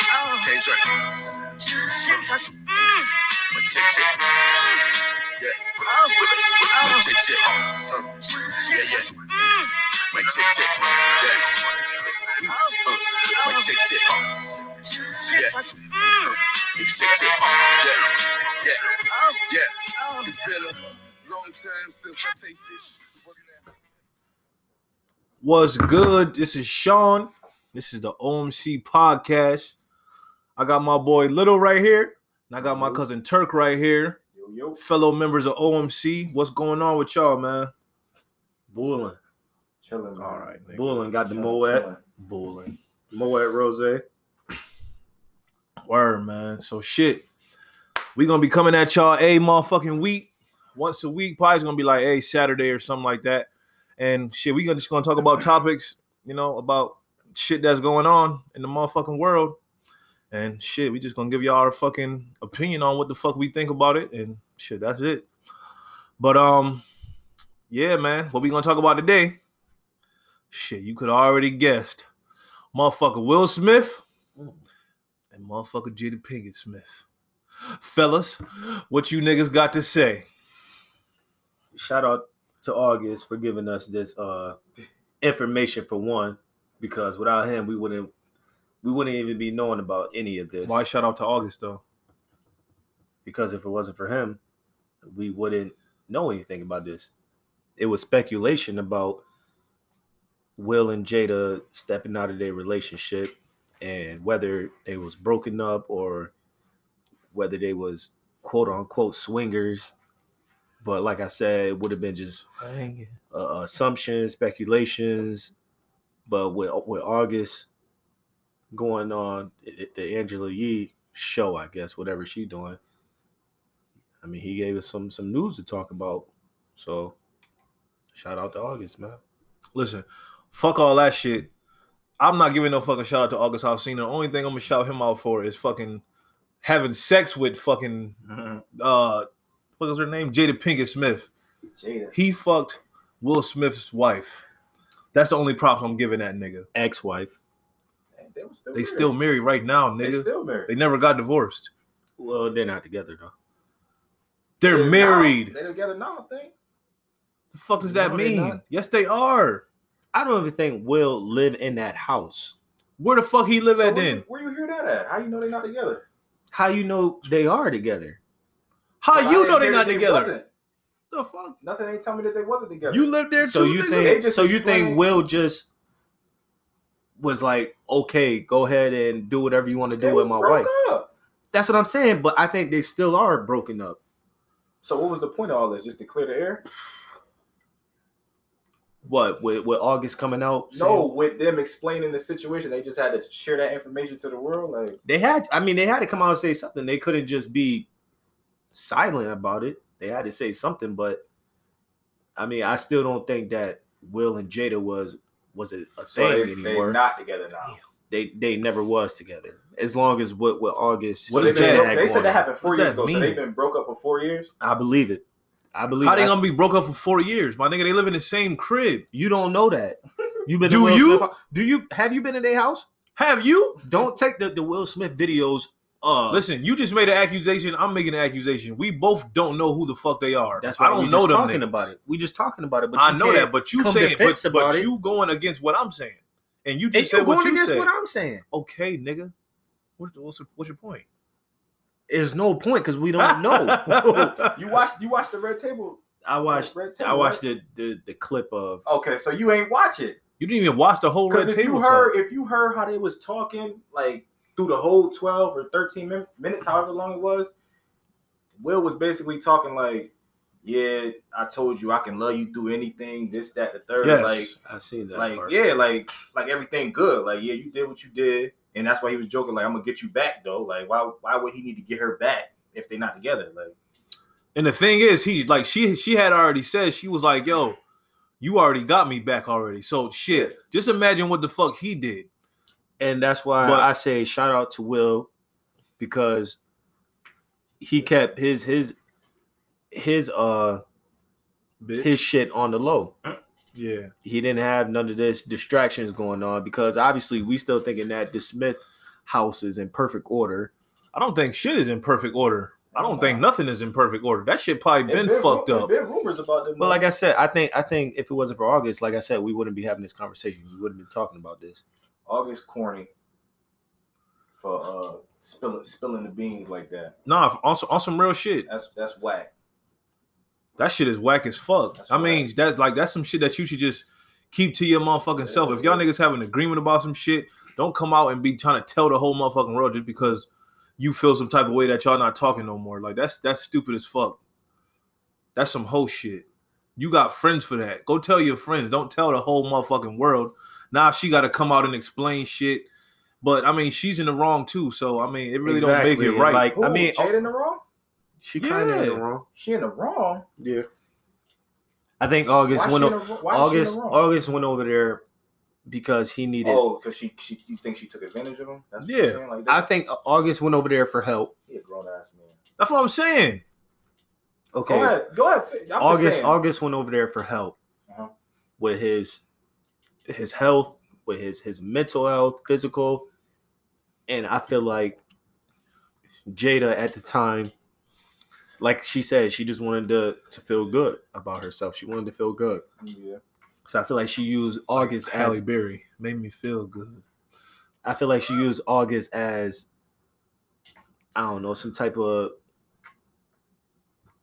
James Ray. Jesus. Mm. Check, check. Yeah. Oh. Oh. Check, check. Uh. Yeah, yeah. Mm. Mic check, check. Yeah. Uh. Mic check, check. Jesus. Uh. Yeah. Mm. Uh. Check, check. Yeah. Yeah. Oh. Yeah. It's been a long time since I tasted. Working at What's good? This is Sean. This is the OMC podcast. I got my boy Little right here, and I got my cousin Turk right here. Fellow members of OMC, what's going on with y'all, man? Bullen. All right, Bullen got the Moet. bulling. Moet Rose. Word, man. So shit, we gonna be coming at y'all a motherfucking week, once a week. Probably it's gonna be like a Saturday or something like that. And shit, we gonna just gonna talk about topics, you know, about shit that's going on in the motherfucking world. And shit, we just gonna give y'all our fucking opinion on what the fuck we think about it, and shit, that's it. But um, yeah, man, what we gonna talk about today? Shit, you could already guessed, motherfucker Will Smith Mm. and motherfucker Jada Pinkett Smith. Fellas, what you niggas got to say? Shout out to August for giving us this uh information for one, because without him we wouldn't we wouldn't even be knowing about any of this. Why shout out to August though? Because if it wasn't for him, we wouldn't know anything about this. It was speculation about Will and Jada stepping out of their relationship and whether they was broken up or whether they was quote unquote swingers. But like I said, it would have been just uh, assumptions, speculations. But with with August going on, it- it- the Angela Yee show, I guess, whatever she doing. I mean, he gave us some some news to talk about. So shout out to August, man. Listen, fuck all that shit. I'm not giving no fucking shout out to August Alsina. The only thing I'm gonna shout him out for is fucking having sex with fucking Mm-hmm. uh what is her name? Jada Pinkett Smith. Jada, He fucked Will Smith's wife. That's the only props I'm giving that nigga. ex-wife. They were still They still married right now, They nigga. still married. They never got divorced. Well, they're not together though. They're now. married. They together now, I think. The fuck does that No, they're mean? not. Yes, they are. I don't even think Will live in that house. Where the fuck he live So at where, then? you- where you hear that at? How you know they not together? How you know they are together? How But I Uh, you didn't know they hear not that together? wasn't. The fuck? Nothing ain't tell me that they wasn't together. You live there So too. you nigga? They think just so you explained- think Will just was like, okay, go ahead and do whatever you want to they do with was my broke wife. up. That's what I'm saying, but I think they still are broken up. So what was the point of all this? Just to clear the air? What with, with August coming out? No, saying- with them explaining the situation, they just had to share that information to the world. Like they had. I mean, they had to come out and say something. They couldn't just be silent about it. They had to say something. But I mean, I still don't think that Will and Jada was was a, a so thing they, they anymore. not together now. they they never was together. As long as what with August, What so is they, been that? Jada broke- had they going said that on. happened four What's years that ago. So mean? they've been broke up for four years. I believe it. I believe. How it. they I- gonna be broke up for four years, my nigga? They live in the same crib. you don't know that. You been to Do Will you? Smith- do you have you been in their house? Have you? Don't take the, the Will Smith videos. Uh, Listen, you just made an accusation. I'm making an accusation. We both don't know who the fuck they are. that's why I don't we know just them talking niggas. about it. We just talking about it. But I you know can't- that, but you come saying, but, defense but about it. you going against what I'm saying, and you And just you're said what going you against said. what I'm saying. okay, nigga. What, what's, what's your point? There's no point because we don't know. You watched you watched the red table. I watched. Red table I watched right? the, the the clip of. Okay, so you ain't watch it. You didn't even watch the whole red Because if table you talk. heard, if you heard how they was talking, like through the whole twelve or thirteen min- minutes, however long it was, Will was basically talking like, "Yeah, I told you I can love you through anything. This, that, the third. yes, I seen that. Like, like part. yeah, like like everything good. Like yeah, you did what you did, and that's why he was joking. Like I'm gonna get you back though. Like why why would he need to get her back if they're not together? Like and the thing is, he like she she had already said she was like, yo, you already got me back already. So shit, just imagine what the fuck he did. and that's why But- I say shout out to Will because he kept his his his uh Bitch. his shit on the low. yeah, He didn't have none of this distractions going on because obviously we still thinking that the Smith house is in perfect order. I don't think shit is in perfect order. I don't think nothing is in perfect order. That shit probably been fucked up. Been rumors about them. But like I said, I think I think if it wasn't for August, like I said, we wouldn't be having this conversation. We wouldn't be talking about this. August corny for uh spilling spilling the beans like that. Nah, on some, on some real shit. That's that's whack. That shit is whack as fuck. That's I mean, that's like that's some shit that you should just keep to your motherfucking self. If y'all niggas have an agreement about some shit, don't come out and be trying to tell the whole motherfucking world just because you feel some type of way that y'all not talking no more. Like that's that's stupid as fuck. That's some whole shit. You got friends for that. Go tell your friends. Don't tell the whole motherfucking world. Now she got to come out and explain shit. But I mean, she's in the wrong too. So I mean, it really don't Exactly. make it And, right. Like I Who, mean, Jade in the wrong. she kind of in the Yeah. wrong. She in the wrong. Yeah. I think August Why went she in o- the wrong? Why is August she in the wrong? August went over there because he needed. Oh, because she, she, you think she took advantage of him? That's Yeah. What you're saying? Like, I that, think August went over there for help. he a grown ass man. that's what I'm saying. Okay. Go ahead, go ahead. I'm just August saying. August went over there for help Uh-huh. with his his health, with his his mental health, physical, and I feel like Jada at the time, like she said, she just wanted to to feel good about herself. She wanted to feel good, Yeah. so I feel like she used August Halle as Berry made me feel good. I feel like she used August as I don't know some type of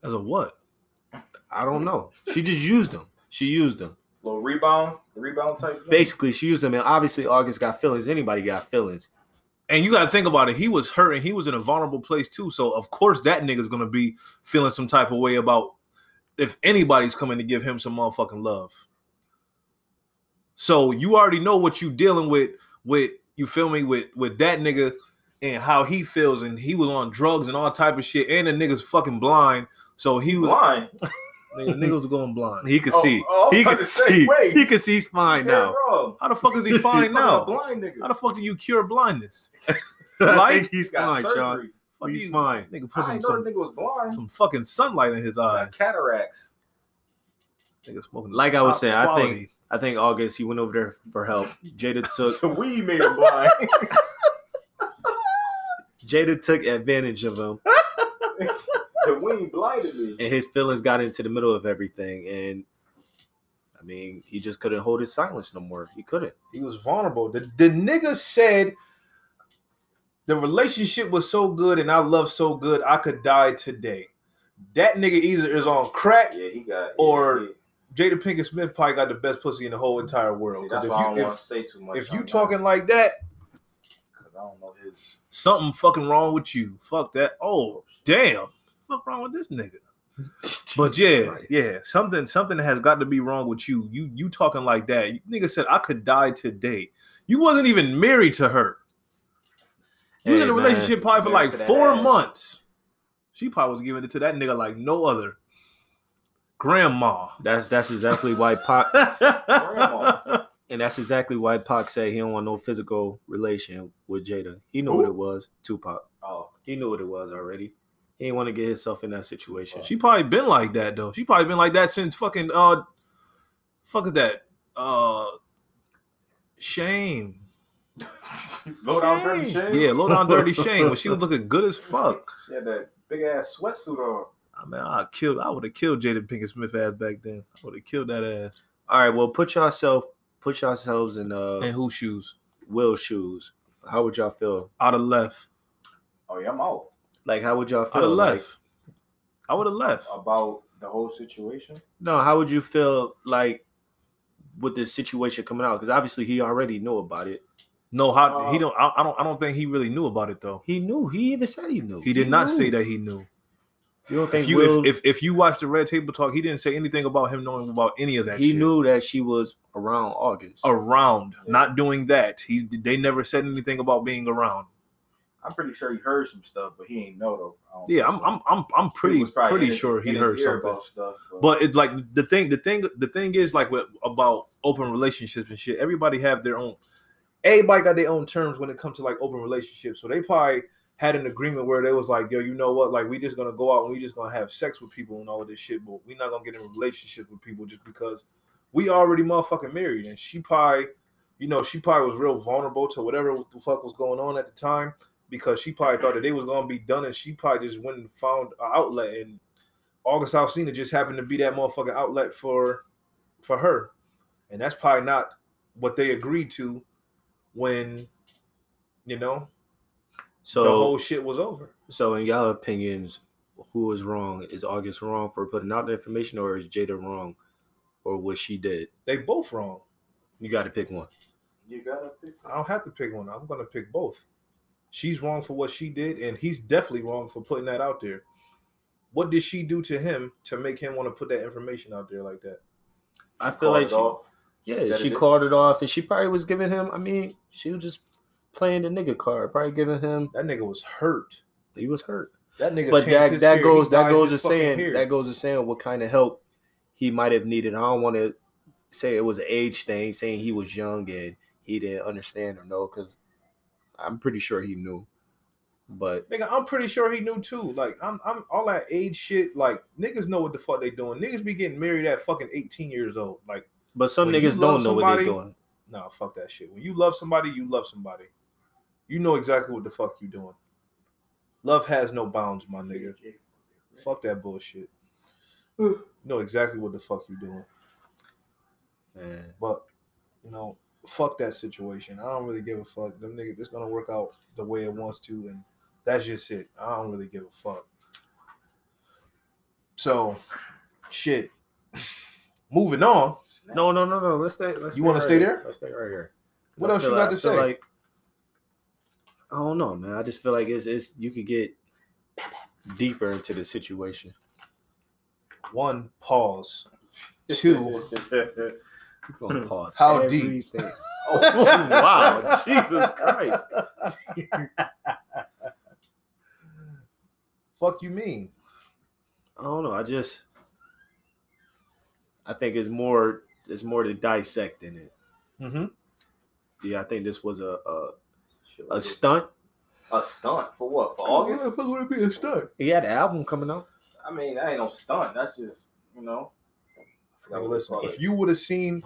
As a what? I don't know. She just used them. She used them. Little rebound, rebound type. thing. Basically, she used them, and obviously, August got feelings. Anybody got feelings? And you got to think about it. He was hurting. He was in a vulnerable place too. So of course that nigga's gonna be feeling some type of way about if anybody's coming to give him some motherfucking love. So you already know what you dealing with. With you feel me? With with that nigga and how he feels, and he was on drugs and all type of shit. And the nigga's fucking blind. So he was blind. nigga, nigga was going blind. He could Oh, see. oh, I was he about could to say, see. wait. He could see he's fine Yeah, now. bro. How the fuck is he fine Fucking now? blind How nigga. the fuck do you cure blindness? I Like- think he's Got fine, Sean. surgery. Fuck He's you. fine. Nigga put I some, didn't know some, the nigga was blind. some fucking sunlight in his Got eyes. cataracts. Nigga smoking Like I was top saying, I quality. think I think August he went over there for help. Jada took The weed made him blind. Jada took advantage of him, the weed blinded me. and his feelings got into the middle of everything. And I mean, he just couldn't hold his silence no more. He couldn't. he was vulnerable. The, the nigga said the relationship was so good and I love so good I could die today. That nigga either is on crack. Yeah, he got. Or- yeah, Jada Pinkett Smith probably got the best pussy in the whole entire yeah. See, world. 'Cause that's why I if don't you want to if, say too much. if you talking like that, because I don't know his. something fucking wrong with you. Fuck that. Oh damn, fuck wrong with this nigga. But yeah, Right. yeah, something something has got to be wrong with you. You you talking like that? Nigga said I could die today. You wasn't even married to her. You was Hey, in a man. relationship probably for Married like to that four ass. months. She probably was giving it to that nigga like no other. Grandma. That's that's exactly why Pac Grandma. and that's exactly why Pac said he don't want no physical relation with Jada. He knew what Who? it was. Tupac. Oh, He knew what it was already. He didn't want to get himself in that Oh, situation. she probably been like that though. She probably been like that since fucking uh fuck is that? Uh Shame. go down dirty shame. Yeah, low down dirty shame when she was looking good as fuck. She had that big ass sweatsuit on. I mean, I killed I would have killed Jada Pinkett Smith ass back then. I would have killed that ass. All right, well, put yourself, put yourselves in uh, And who shoes? Will's shoes. How would y'all feel? I'd have left. Oh yeah, I'm out Like, how would y'all I'd feel? have Like, left. I would have left. about the whole situation. no, how would you feel like with this situation coming out? Because obviously, he already knew about it. No, how he Uh, don't. I, I don't. I don't think he really knew about it though. He knew. He even said he knew. He did not knew. say that he knew. You don't think If you Will? if, if if you watch the Red Table Talk, he didn't say anything about him knowing about any of that. he shit. knew that she was around August. around, not doing that. He they never said anything about being around. I'm pretty sure he heard some stuff, but he ain't know though. I don't Yeah, think I'm so. I'm I'm, I'm He pretty was probably pretty in his- sure he in his heard ear something. about stuff. But it like the thing, the thing, the thing is like with, about open relationships and shit. Everybody have their own. Everybody got their own terms when it comes to like open relationships. So they probably had an agreement where they was like, yo, you know what? Like we just gonna go out and we just gonna have sex with people and all of this shit, but we not gonna get in relationships with people just because we already motherfucking married. And she probably, you know, she probably was real vulnerable to whatever the fuck was going on at the time because she probably thought that they was gonna be done, and she probably just went and found an outlet. And August Alsina just happened to be that motherfucking outlet for for her, and that's probably not what they agreed to when you know So the whole shit was over. So, in y'all opinions, who was wrong? Is August wrong for putting out the information, or is Jada wrong, or what she did? They both wrong. You got to pick one. You gotta pick. I don't have to pick one. I'm gonna pick both. She's wrong for what she did, and he's definitely wrong for putting that out there. What did she do to him to make him want to put that information out there like that? I Call feel like it she, off. yeah, That she it is. called it off, and she probably was giving him. I mean, she was just playing the nigga card, probably giving him. That nigga was hurt. He was hurt, That nigga. but changed that his that hair. goes He that dyed goes to his fucking saying hair. that goes to saying what kind of help he might have needed. I don't want to say it was an age thing, saying he was young and he didn't understand or know, because I'm pretty sure he knew, but. Nigga, I'm pretty sure he knew too. Like, I'm, I'm all that age shit. Like, niggas know what the fuck they doing. Niggas be getting married at fucking 18 years old. Like, But some When you niggas love don't know what somebody- they're doing. nah, fuck that shit. When you love somebody, you love somebody. You know exactly what the fuck you doing. Love has no bounds, my nigga. Fuck that bullshit. you know exactly what the fuck you doing. Man. But you know, fuck that situation. I don't really give a fuck. Them niggas, it's gonna work out the way it wants to, and that's just it. I don't really give a fuck. So, shit. Moving on. No, no, no, no. Let's stay. Let's You wanna right stay here. there? Let's stay right here. What I else feel you got like- to I feel say? Like, I don't know, man. I just feel like it's it's you could get deeper into the situation. One pause. Two. You gonna pause. How everything. oh, wow, Jesus Christ. Fuck you mean? I don't know. I just I think it's more it's more to dissect in it. Mm-hmm. Yeah, I think this was a a, A, a stunt. stunt for what? For August? would be a start? He had an album coming out. I mean, that ain't no stunt. That's just you know. Now listen, if you would have seen,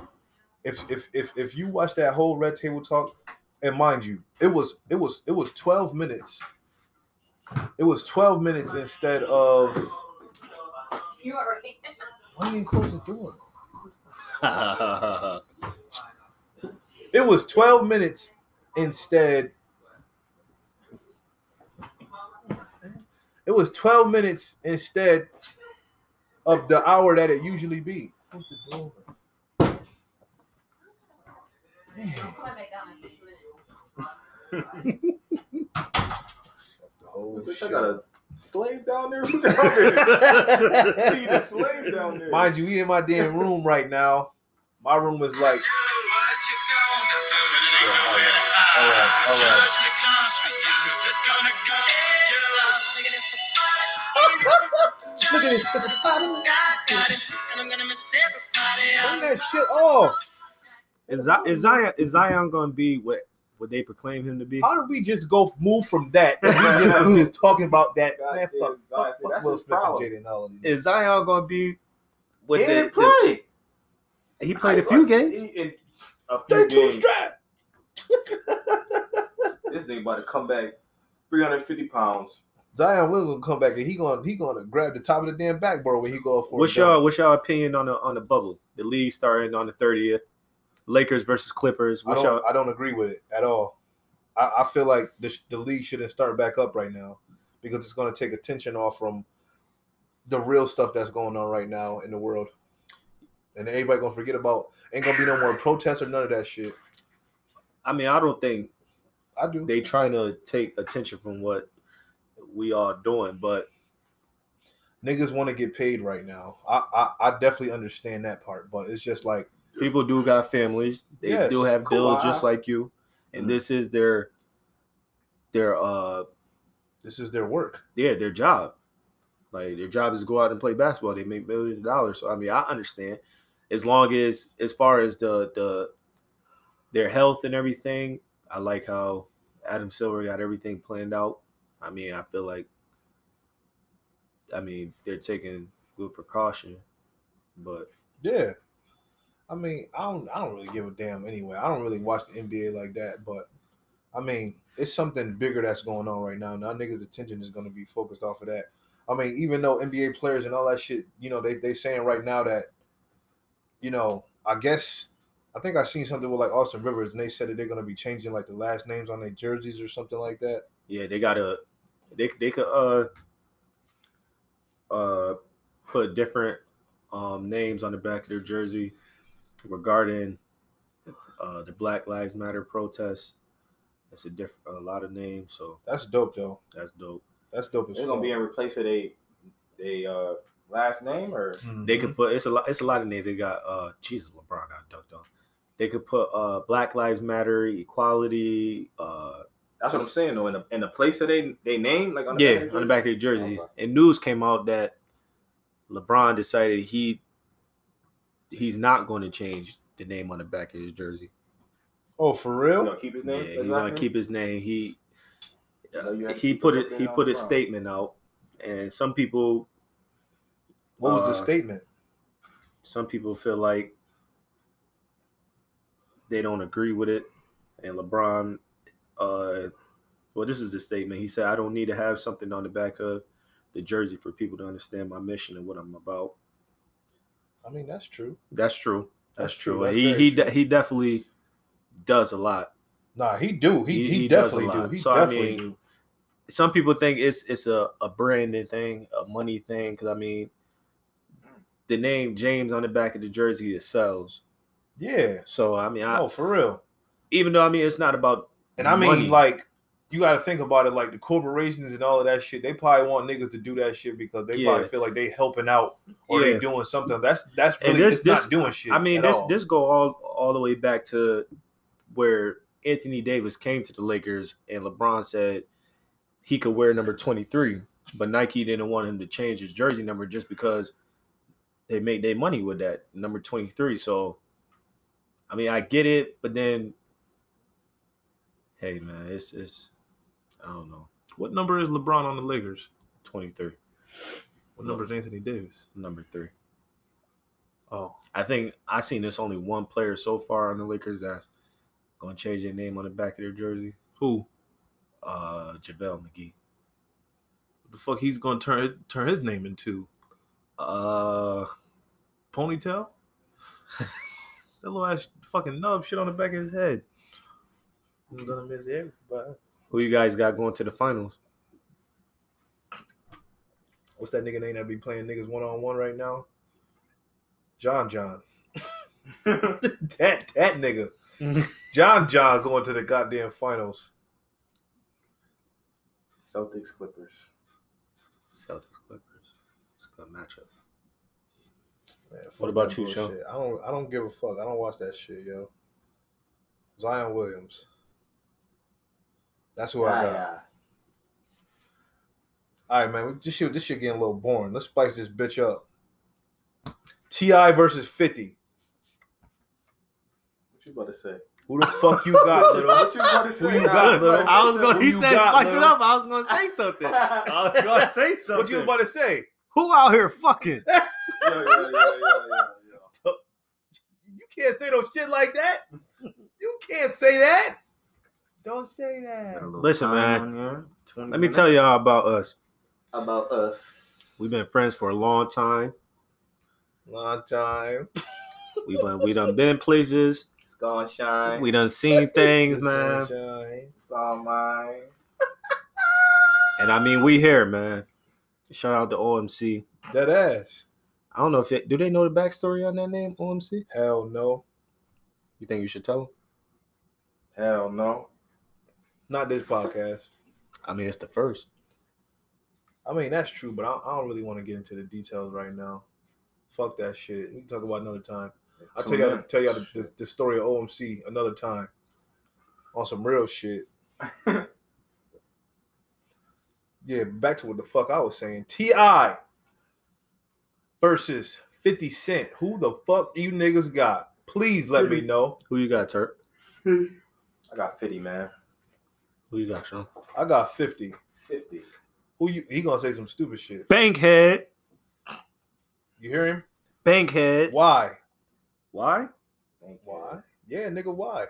if if if if you watched that whole Red Table Talk, and mind you, it was it was it was twelve minutes. It was twelve minutes instead of. You are right. Why didn't you close the door? yeah, It was twelve minutes instead. It was twelve minutes instead of the hour that it usually be. Close the door. Man. Come on back down in six minutes. The whole Look, I shit. got a slave down there. Who down there? See the slave down there. Mind you, we in my damn room right now. My room is like, look at this. Look at the bottom. Turn that shit off. Is, Zi- is Zion is Zion gonna be what what they proclaim him to be? How did we just go move from that? We just was just talking about that. God Man, damn, fuck, God, fuck, see, fuck that's Will his Smith and problem. Jaden Allen. Is Zion gonna be he what didn't the, play. the- he played a few games? He- in a few They too games. strapped. This nigga about to come back 350 pounds. Zion Williams gonna come back and he gonna he gonna grab the top of the damn backboard when he go up for. a What's dunk. y'all what's y'all opinion on the on the bubble? The league starting on the thirtieth. Lakers versus Clippers. I What's don't, y'all I don't agree with it at all. I, I feel like the, sh- the league shouldn't start back up right now because it's going to take attention off from the real stuff that's going on right now in the world. And everybody gonna forget about ain't gonna be no more protests or none of that shit. I mean, I don't think I do. they trying to take attention from what we are doing, but Niggas want to get paid right now. I, I I definitely understand that part, but it's just like people do got families. They Yes, do have cool. bills just like you. And Mhm. this is their their uh this is their work. yeah, their job. Like their job is to go out and play basketball. They make millions of dollars. So I mean, I understand. As long as as far as the the their health and everything, I like how Adam Silver got everything planned out. I mean, I feel like I mean, they're taking good precaution, but Yeah. I mean, I don't I don't really give a damn anyway. I don't really watch the NBA like that, but I mean, it's something bigger that's going on right now. Now niggas' attention is gonna be focused off of that. I mean, even though NBA players and all that shit, you know, they they saying right now that, you know, I guess I think I seen something with like Austin Rivers and they said that they're gonna be changing like the last names on their jerseys or something like that. Yeah, they gotta they they could uh uh put different um names on the back of their jersey regarding uh the Black Lives Matter protests. It's a different a lot of names, so That's dope though. that's dope. That's dope as They're gonna fuck. be in replace of they they uh last name or Mhm. They could put it's a lot it's a lot of names. They got uh Jesus LeBron got dunked on. They could put uh Black Lives Matter, equality, uh that's what I'm saying though in the in the place of they they name like on the yeah, back of on the it? back of their jerseys. Okay. And news came out that LeBron decided he he's not going to change the name on the back of his jersey. Oh, for You real? know, keep his name. yeah, his he last want name? to keep his name. He No, you have to he keep put it it he something put a out front. statement out, and some people What was Uh, the statement? some people feel like they don't agree with it. And LeBron, uh, well, this is his statement. He said, I don't need to have something on the back of the jersey for people to understand my mission and what I'm about. I mean, that's true. That's true. That's, That's true. true. That's he very he true. de- he definitely does a lot. Nah, he do. He He- he, he does a definitely do. lot. He So, I definitely mean, do. Some people think it's it's a, a branding thing, a money thing. Because I mean, the name James on the back of the jersey it sells. Yeah. So I mean, I, Oh, for real. even though I mean it's not about And I mean, money. like, you got to think about it. Like the corporations and all of that shit, they probably want niggas to do that shit because they Yeah. probably feel like they helping out or Yeah. they doing something. That's that's And really this- this, this- not doing shit. I mean at this all. this go all all the way back to where Anthony Davis came to the Lakers and LeBron said he could wear number 23, but Nike didn't want him to change his jersey number just because they made their money with that number 23. So I mean I get it, but then hey man, it's it's I don't know, What number is LeBron on the Lakers? 23, What number is Anthony Davis? number 3. Oh, I think I seen this only one player so far on the Lakers that's gonna change their name on the back of their jersey. who? Uh JaVale McGee. What the fuck he's gonna turn turn his name into? Uh Ponytail? that little ass fucking nub shit on the back of his head. I'm gonna miss everybody. who you guys got going to the finals? What's that nigga name that be playing niggas one on one right now? John John. that that nigga. John John going to the goddamn finals. Celtics Clippers. Celtics Clippers. It's a good matchup. Man, fuck What about that you, Sean? bullshit. I don't I don't give a fuck. I don't watch that shit, yo. Zion Williams. That's who I got. Yeah, All right, man. This shit, this shit getting a little boring. Let's spice this bitch up. Ti versus Fifty. What you about to say? Who the fuck you got, little? What you about to say? you got, little? I was gonna Who he you said got, spice it Lil? up. I was gonna say something. I was gonna say something. What you about to say? who out here fucking? Yo, yo, yo, yo, yo, yo. You can't say no shit like that. You can't say that. Don't say that. Listen, man. man. Let me tell y'all about us. about us. We've been friends for a long time. Long time. We done we done been places. It's gonna shine. We done seen things, The man. sunshine. it's all mine. And I mean, we here, man. Shout out to OMC. Dead ass. I don't know if they, do they know the backstory on that name, OMC. Hell no. You think you should tell them? Hell no. Not this podcast. I mean, it's the first. I mean, that's true, but I, I don't really want to get into the details right now. Fuck that shit. We can talk about it another time. I'll tell Tune y'all, in. tell y'all the, the, the story of OMC another time on some real shit. yeah, back to what the fuck I was saying. Ti versus Fifty Cent. Who the fuck you niggas got? Please let me know. Who you got, Turk? I got 50, man. Who you got, Sean? I got Fifty. 50. Who you? He gonna say some stupid shit. Bankhead. You hear him? Bankhead. Why? Why? Thank you. Why? Yeah, nigga, why?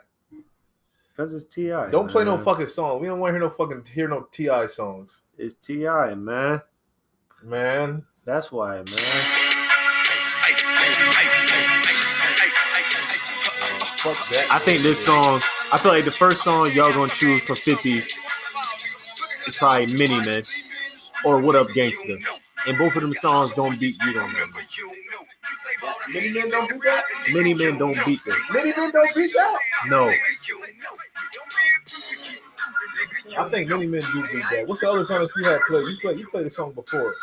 Because it's T.I. Don't play no man. fucking song. We don't want to hear no fucking hear no Ti songs, It's T.I., man. man. That's why, man. Fuck that. I think this song, I feel like the first song y'all gonna choose for 50 is probably Mini Man or What Up Gangsta. And both of them songs don't beat You Don't Know Me. Many men don't do that. Many men don't beat them. Many men don't beat that. No. I think many men do beat that. What's the other song that you had played? You played you played the song before.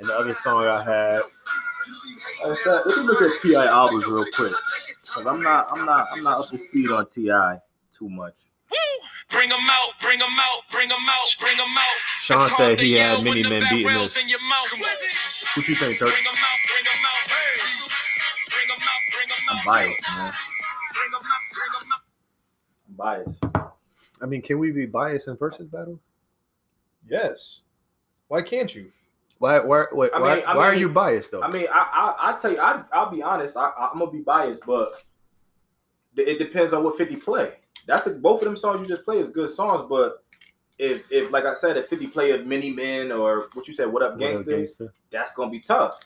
And the other song I had, Uh, so, let me look at Ti albums real quick. cause I'm not, I'm not, I'm not up to speed on Ti too much. Bring 'em out, bring 'em out, bring 'em out, bring 'em out. Sean said he had many men beating this. In your mouth. Bring 'em out, What you think, Turk? bring 'em out, bring 'em out. Bring 'em out, bring 'em I'm out. biased, man. Bring 'em out, bring 'em out. I'm biased. I mean, can we be biased in versus battle? Yes. Why can't you? Why, why, wait, I mean- why, I why are mean- you biased though? I mean, I, I, I tell you, I, I'll be honest. I, I, I'm gonna be biased, but th- it depends on what 50 play. That's a, both of them songs you just play is good songs, but if, if like I said, if 50 play a mini men or what you said, what up What up, gangster, that's gonna be tough.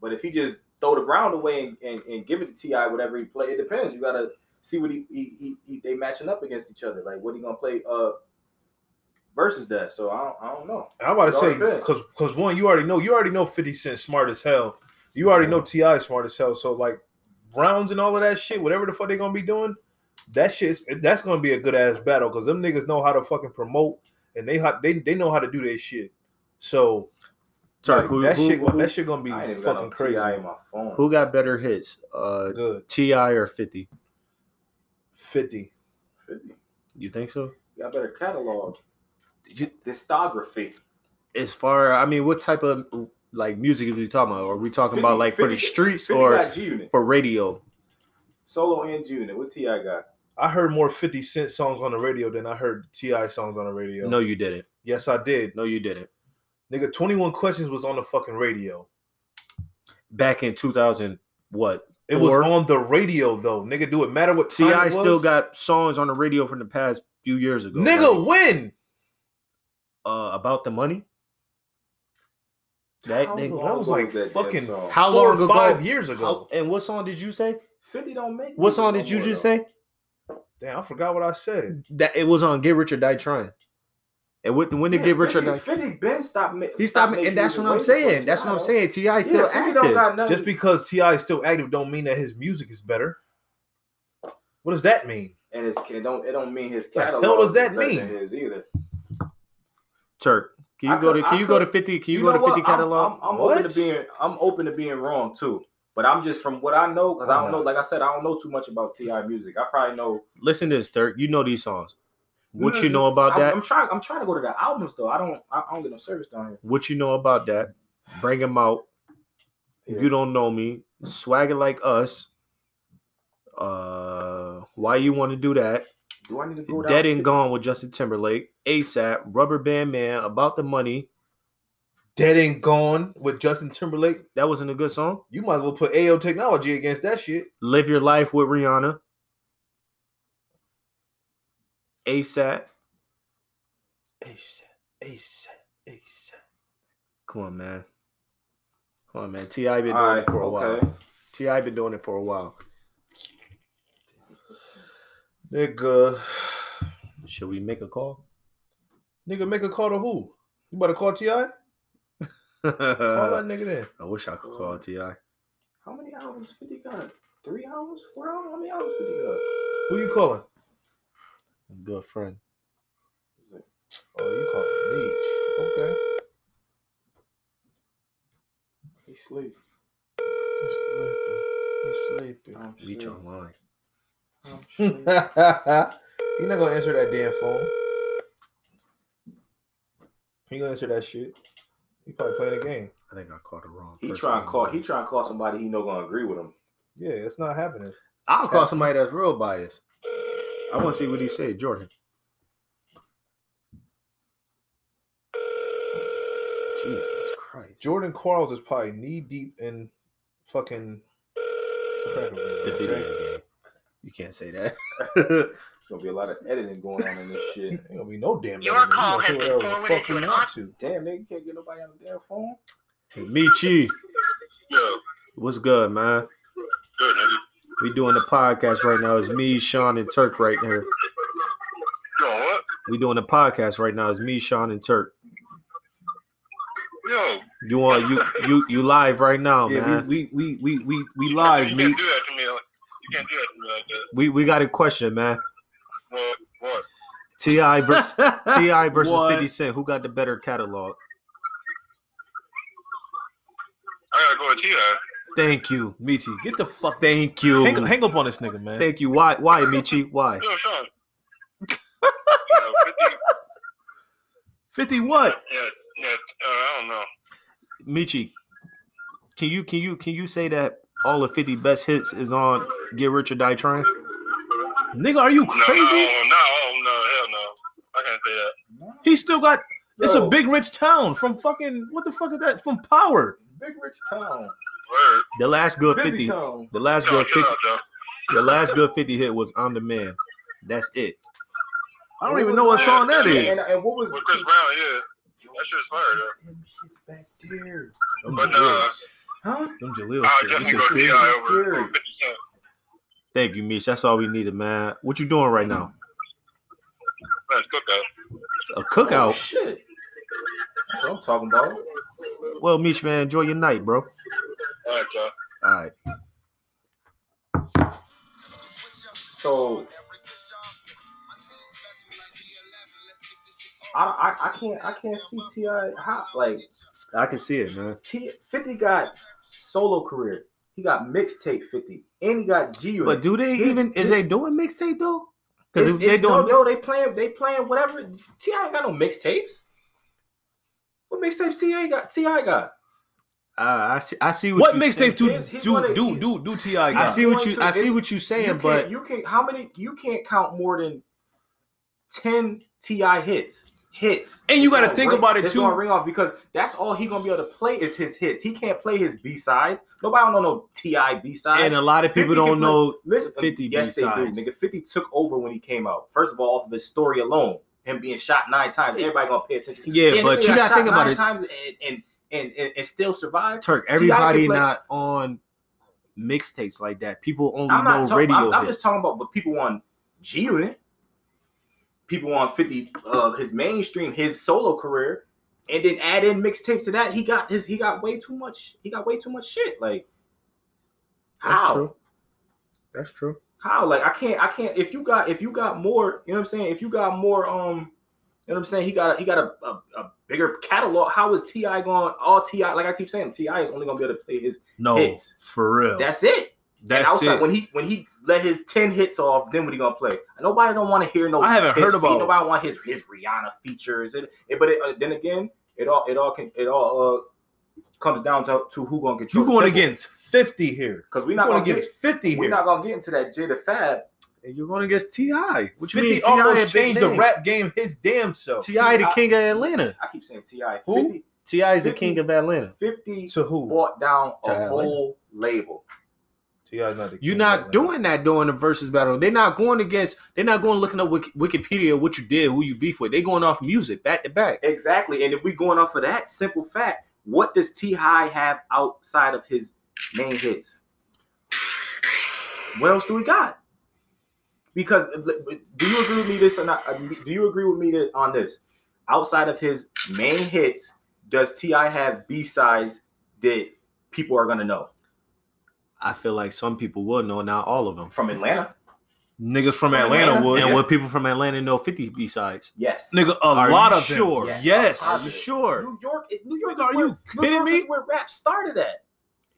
But if he just throw the brown away and, and, and give it to Ti, whatever he play, it depends. You gotta see what he, he, he, he they matching up against each other. Like what he gonna play uh versus that. So I don't, I don't know. And I'm about to Y'all say bet. because because one, you already know you already know Fifty Cent smart as hell. You already know Ti smart as hell. So like rounds and all of that shit, whatever the fuck they gonna be doing, that shit's that's gonna be a good ass battle because them niggas know how to fucking promote and they ho- they they know how to do their shit. So Turk, like, who, that who- shit who- that shit gonna be I ain't even got no fucking crazy. Ti in my phone. who got better hits, uh, Good Ti or Fifty? Fifty. 50. You think so? You got better catalog. Discography. As far, I mean, what type of like music are we talking about? Are we talking about 50 like for the 50 streets 50 or got G Unit. for radio? Solo and G Unit. What Ti got? I heard more Fifty Cent songs on the radio than I heard Ti songs on the radio. No, you didn't. yes, I did. No, you didn't. Nigga, Twenty One Questions was on the fucking radio. Back in 2000, what? It was Or- on the radio though, nigga. Do it matter what time Ti it still was? got songs on the radio from the past few years ago. nigga like, win. uh, about the money. That How nigga. long That was ago like was that damn fucking song? How four long or ago? Five years How- ago. and what song did you say? 50 don't make What music song no did you more, just though. say? Damn, I forgot what I said. That it was on Get Rich or Die Trying. And when, when did Yeah, Get Rich or 50 Die? 50 Ben stopped ma- He stopped, making and that's music what I'm way before saying. That's what I'm Ti. saying. Ti is Yeah, still 50 don't active. got nothing. Just because Ti is still active, don't mean that his music is better. What does that mean? and it's, it don't it don't mean his The hell catalog. does that is better than mean? his either. Turk, can you I go could- to can I you go to could- fifty? Can you, go to know what? fifty I'm- catalog? I'm, I'm open What? to being I'm open to being wrong too. But I'm just from what I know because I I'm don't know. not. Like I said, I don't know too much about Ti music. I probably know. Listen to this, Turk. You know these songs. What No, you know about I'm, that? I'm trying. I'm trying to go to the albums though. I don't. I, I don't get no service down here. What you know about that? Bring them out. Yeah. You don't know me. Swagger like us. Uh, why you want to do that? Do I need to go down? Dead and 50? gone with Justin Timberlake. ASAP. Rubber Band Man. About the money. Dead and gone with Justin Timberlake. That wasn't a good song. You might as well put AO Technology against that shit. Live your life with Rihanna. ASAP. ASAP, ASAP, ASAP. Come on, man. Come on, man. Ti been doing All right, it for a okay. while. Ti been doing it for a while. Nigga, Should we make a call? nigga, make a call to who? You better call Ti. Call that I nigga then. wish I could call Ti. How many albums? Fifty got three albums, four albums. How many albums? Fifty got? Who you calling? Good friend. Oh, you calling Beach? Okay. He sleep. I'm Reach sleep. online. I'm You're sleep. not gonna answer that damn phone. He gonna answer that shit. He probably playing a game. I think I called the wrong. He person. trying to call. He trying to call somebody he know gonna agree with him. Yeah, it's not happening. I'll call somebody that's real biased. I want to see what he say, Jordan. Jesus Christ. Jordan Quarles is probably knee deep in fucking crack over The there, video okay? game. You can't say that. It's gonna be a lot of editing going on in this shit. Ain't gonna be no damn. Your editing. We call gonna has do been whatever the forwarded fuck to we an want to. Damn, nigga, you can't get nobody on the damn phone. Michi, Yo, what's good, man? good, nigga. We doing the podcast right now. It's me, Sean, and Turk right here. Yo, what? We doing the podcast right now. It's me, Sean, and Turk. Yo, You on you you you live right now, yeah, man. we we we we we, we live, you me. can't do that to me. Like, you can't do that to me like that. We we got a question, man. What? What? Ti versus Ti versus What? Fifty Cent. Who got the better catalog? I gotta go with T.I. Thank you, Michi. Get the fuck. Thank you. Hang, hang up on this nigga, man. Thank you. Why why Michi? Why? Yo, Sean. yeah, 50, Fifty what? yeah, yeah, uh, I don't know. Michi, can you can you can you say that all of 50 best hits is on Get Rich or Die Trying? Nigga, are you No, crazy? No, no, no, hell no. I can't say that. He still got. It's a Yo, big rich town from fucking. What the fuck is that? From Power. big rich town, Word. The last good busy 50, town. the last No, good 50, chill out, Joe. the last good 50 hit was On the Man. That's it. I don't even know what that? song that Yeah, is. And, and what was With Chris Brown, yeah. That shit's fire, though. Them shits back there, Them But Jaleel- no, huh? them Jaleel I'll shit. definitely You go just- T.I. over Scary. 50 Cent. Thank you, Mish. That's all we needed, man. What you doing right now? Let's cook that. A Oh, cookout. shit. That's what I'm talking about. Well, Mish, man, enjoy your night, bro. All right, Joe. All right. So I, I I can't I can't see Ti how like I can see it, man. T Fifty got solo career. He got mixtape Fifty, and he got G Unit. But do they This- even is they doing mixtape though? Because It's- if they it's- no, doing no, they playing they playing whatever. Ti ain't got no mixtapes. What mixtapes Ti got? Ti got. Ah, I see I see What what, you saying. mixtape do His- his one do of- do do do Ti got? I see what you I It's- see what you saying, you but can't, you can't. How many? You can't count more than ten Ti hits. Hits. And you It's gotta gonna think ring- about it, it's too. Gonna ring off because that's all he gonna be able to play is his hits. He can't play his B sides. Nobody don't know no Ti B and uh, side. a lot of 50 people don't can play- know Listen, 50 yes B-sides. they do. Nigga, Fifty took over when he came out. First of all, off of his story alone, him being shot nine times, everybody gonna pay attention. Yeah, Damn, but this nigga you got gotta shot think about nine it, times and and and, and, and still survived. Turk. See, I can Everybody play- not on mixtapes like that. People only I'm know not talking. radio I'm, I'm hits. just talking about but people on G Unit, people on Fifty, uh, his mainstream, his solo career, and then add in mixtapes to that. He got his. He got way too much. He got way too much shit. Like how? That's true. How? Like I can't. I can't. If you got. If you got more. You know what I'm saying. If you got more. Um. You know what I'm saying. He got. He got a, a, a bigger catalog. How is Ti going? All Ti. Like I keep saying, Ti is only gonna be able to play his. No, Hits. for real. That's it. And That's outside, it. when he when he let his ten hits off, then what he gonna play? Nobody don't want to hear no. I haven't his heard feat, about- Nobody want his his Rihanna features. It, it- but it, uh, then again, it all it all can it all uh comes down to, to who gonna You control. going against fifty here? because we You not going gonna get against fifty we here? not gonna get into that Jada Fab. and you're going against Ti. What you mean? Ti a Fifty big almost changed the name. rap game his damn self. Ti the king of Atlanta. I keep saying Ti. Who? 50, Ti is the 50 king of Atlanta. 50 To who? bought down a Ti. whole label. Ti's not the. You're king not right now. doing that during the versus battle. They're not going against. They're not going looking up Wik- Wikipedia what you did, who you beef with. They're going off music back to back. Exactly. And if we going off of that simple fact, what does T High have outside of his main hits? What else do we got? Because uh, do you agree with me this or not? Uh, Do you agree with me that- on this? Outside of his main hits, does Ti have B sides that people are gonna know I feel like some people will know, not all of them. from Atlanta? Niggas from Atlanta? Atlanta would. and Yeah. what people from Atlanta know, 50 B sides. Yes. Nigga, a Are lot you of them. sure? Yes. Are you sure? New York, New York. is Nigga, are where- you kidding New York is me? where rap started at?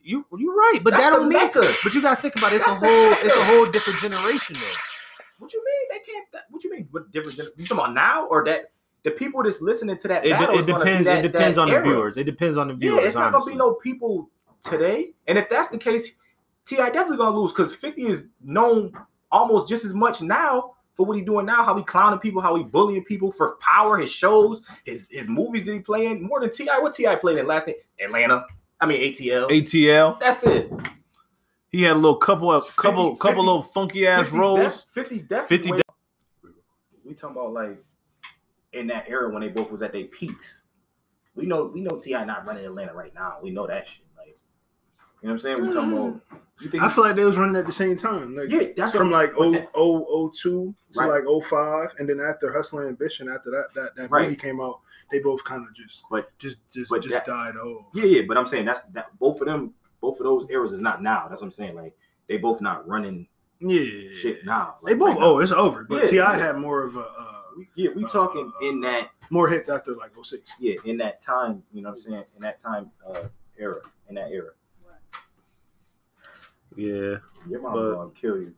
You you're right, but That's that the don't mean. Mecca. But you gotta think about it. it's That's a the whole Mecca. it's a whole different generation though. What you mean they can't? That, what you mean? What difference? You talking about now or that the people that's listening to that? It, battle de- is it gonna be depends. that- it depends that on era. the viewers. It depends on the Yeah, viewers. it's not honestly. gonna be no people today. And if that's the case, Ti definitely gonna lose because Fifty is known almost just as much now for what he doing now, how he clowning people, how he bullying people for power, his shows, his his movies that he playing more than Ti. What Ti played in last night? Atlanta. I mean ATL. ATL. that's it. He had a little couple of couple 50 couple little funky ass 50 rolls. death- Fifty death. 50 way- We talking about like in that era when they both was at their peaks. We know we know Ti not running Atlanta right now. We know that shit. Like, you know what I'm saying? We talking about. You think? Mm. I feel like they was running at the same time. Like, yeah, that's from what- like oh, but 0, that- 02 to Right. like 05 and then after hustling ambition after that that, that Right. movie came out they both kind of just But- just just but just that- died off Yeah, yeah, but I'm saying that's that. Both of them, both of those eras is not now. That's what I'm saying. Like they both not running yeah shit now. they Like, both right now. oh it's over but Yeah, ti yeah. had more of a uh, We- yeah, we talking in that more hits after like oh, 06 yeah in that time. You know what I'm saying? In that time uh, era, in that era. Yeah. Your mom But- gonna kill you.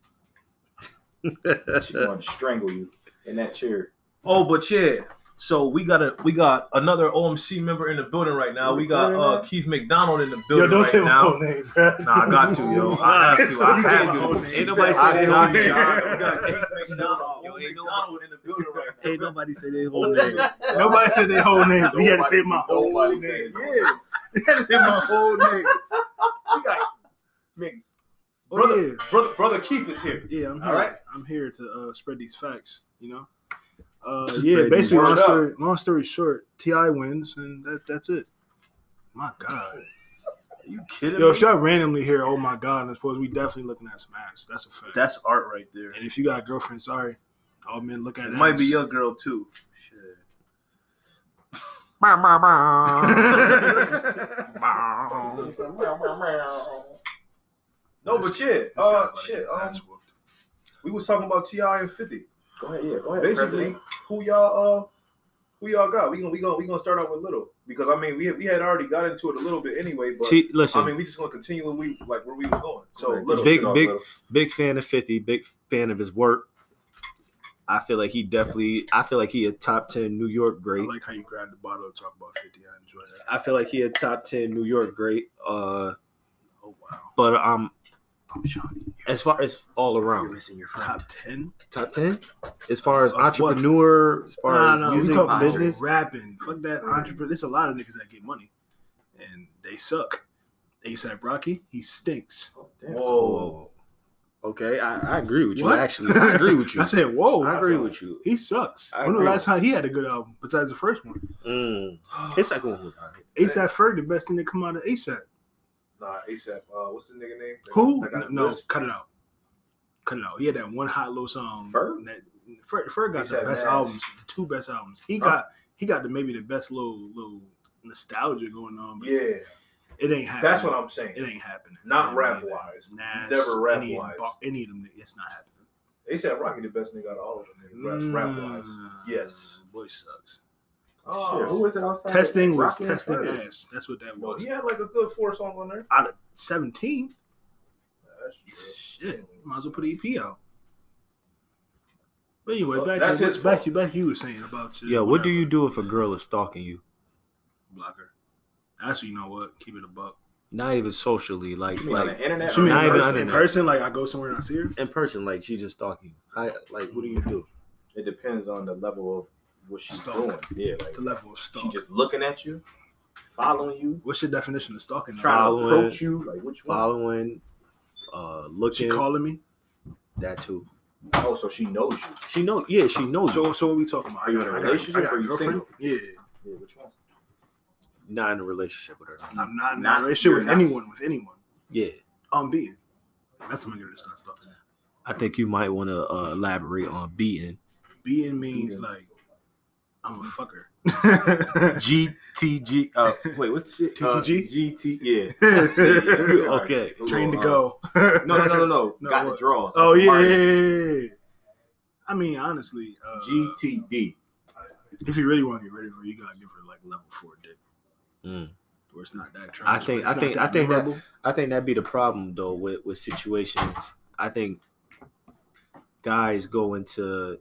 She gonna strangle you in that chair. Oh, but yeah. So we got a we got another OMC member in the building right now. We got uh Keith McDonald in the building right now. name bro. Nah, I got to, yo. I have to. I have You to. don't say Ain't nobody my said whole name. Keith McDonald. Yo, ain't nobody in the building right now. Hey, nobody say their whole name. nobody said their whole name but he had to say my whole Nobody name said his whole yeah he had to say my whole name Mc- Oh, Brother- yeah. Brother, brother Keith is here. Yeah, I'm here. All right. I'm here to uh, spread these facts. You know. Uh, Spread yeah, these- basically, long Word up. story, long story short, Ti wins, and that, that's it. My God, You kidding yo, me? if y'all randomly hear, oh my God, I suppose we definitely looking at some ass. That's a fact. That's art right there. and if you got a girlfriend, sorry, all men look at It ass. might Oh, be your girl too. No, but shit. This guy Uh, about to get shit. his Um, ass whooped. we was talking about Ti and Fifty. Go ahead, yeah, go ahead. Basically, President. who y'all uh, who y'all got? We gonna we gonna we gonna start out with Little because I mean we we had already got into it a little bit anyway, but T- I listen, mean we just gonna continue where we like where we was going. So Correct. Little, Big- get off, big- Little. big fan of 50, big fan of his work. I feel like he definitely I feel like he a top 10 New York I great. like how you grabbed the bottle and talk about fifty. I enjoy that. I feel like he a top 10 New York great. Uh Oh wow, but um I'm shocked. as far as all You're around missing your top ten. top 10 as far as Of what? entrepreneur as far Nah, as nah, we music talking business business, rapping. Fuck that entrepreneur. There's a lot of niggas that get money, and they suck. ASAP Rocky, he stinks. Oh, damn. Whoa. Okay, I, I agree with you. What? Actually, I agree with you. I said, whoa, I agree with you. He sucks. I when the agree. last time he had a good album besides the first one? Mm. His second one was alright. ASAP Ferg, the best thing to come out of ASAP. Nah, ASAP. Uh, what's the nigga name? Who? That got No, this- cut it out. Cut it out. He had that one hot little song. Ferg? That, Ferg, Ferg got the A$AP best Nas. albums, the two best albums. He got he got the maybe the best little little nostalgia going on. But Yeah, it ain't happening. that's what I'm saying. It ain't happening. Not It ain't rap happening. wise. Nas, Never rap any, wise. bo- any of them. It's not happening. They said Rocky the best nigga out of all of them. Rap, Mm. rap wise. Yes. boy sucks. Oh, Shit, who is it outside? Testing was Rocky and testing Ferg? ass. That's what that Well, was. he had like a good four song on there. Out of seventeen, That's true. shit, might as well put an EP out. But anyway, Well, back that's to, his back fault. to back. to You were saying about your Yeah, what do whatever. you do if a girl is stalking you? blocker? Actually, you know what? Keep it a buck. Not even socially, like You mean on like the internet? You mean not in even person, in under- person? Like I go somewhere and I see her. in person, like she just stalking you. I like what do you do? It depends on the level of what she's doing. Stalker. Yeah, like The level of she stalking. just looking at you, following you, What's your definition of stalking? trying Following. to approach you. Like which one? Following, uh She looking calling me. that too. Oh, so she knows you. She know yeah, she knows you. So, so what we talking about? Are you in a I relationship I got or a you girlfriend? single? Yeah, Yeah, which one? not in a relationship with her. I'm not in Not- a relationship you're with not. anyone. With anyone, Yeah. I'm being. That's when I'm gonna start stalking. I think you might want to uh, elaborate on beating. Being means Yeah. like I'm a fucker. GTG. Uh, wait, what's the shit? Uh, TTG? GT. Yeah. okay. Train to Uh, go. No, no, no, no, no. No, Got what? the draws. Oh yeah, yeah, Martin. yeah, yeah. I mean, honestly, uh, GTD. if you really want to get rid of her, you gotta give her like level four dick, Mm. where it's not that trash. I think- but it's I think- not I think that- memorable. I think that'd be the problem though with with situations. I think guys go into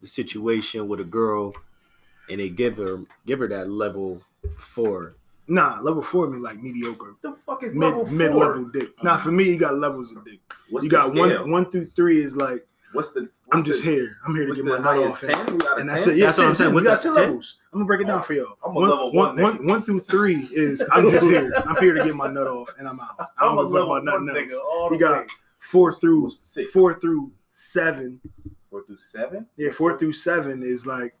the situation with a girl and they give her give her that level four. nah, level four means like mediocre, The fuck is mid level four? mid level dick. Nah, for me, you got levels of dick. What's you the got scale? one one through three is like What's the? I'm what's just the- here. I'm here to what's get the my nut off. highest And, 10? We got a and 10? that's it. Yeah, That's what I'm saying. We What's got that, two 10? levels. I'm gonna break it down for y'all. I'm a One- level one- one. nigga. one- one through three is I'm just here. I'm here to get my nut off, and I'm out. I I'm don't a give a fuck level about one nothing nigga. else. All You the got way. Four through six, four through seven. four through seven. Yeah, four through seven is like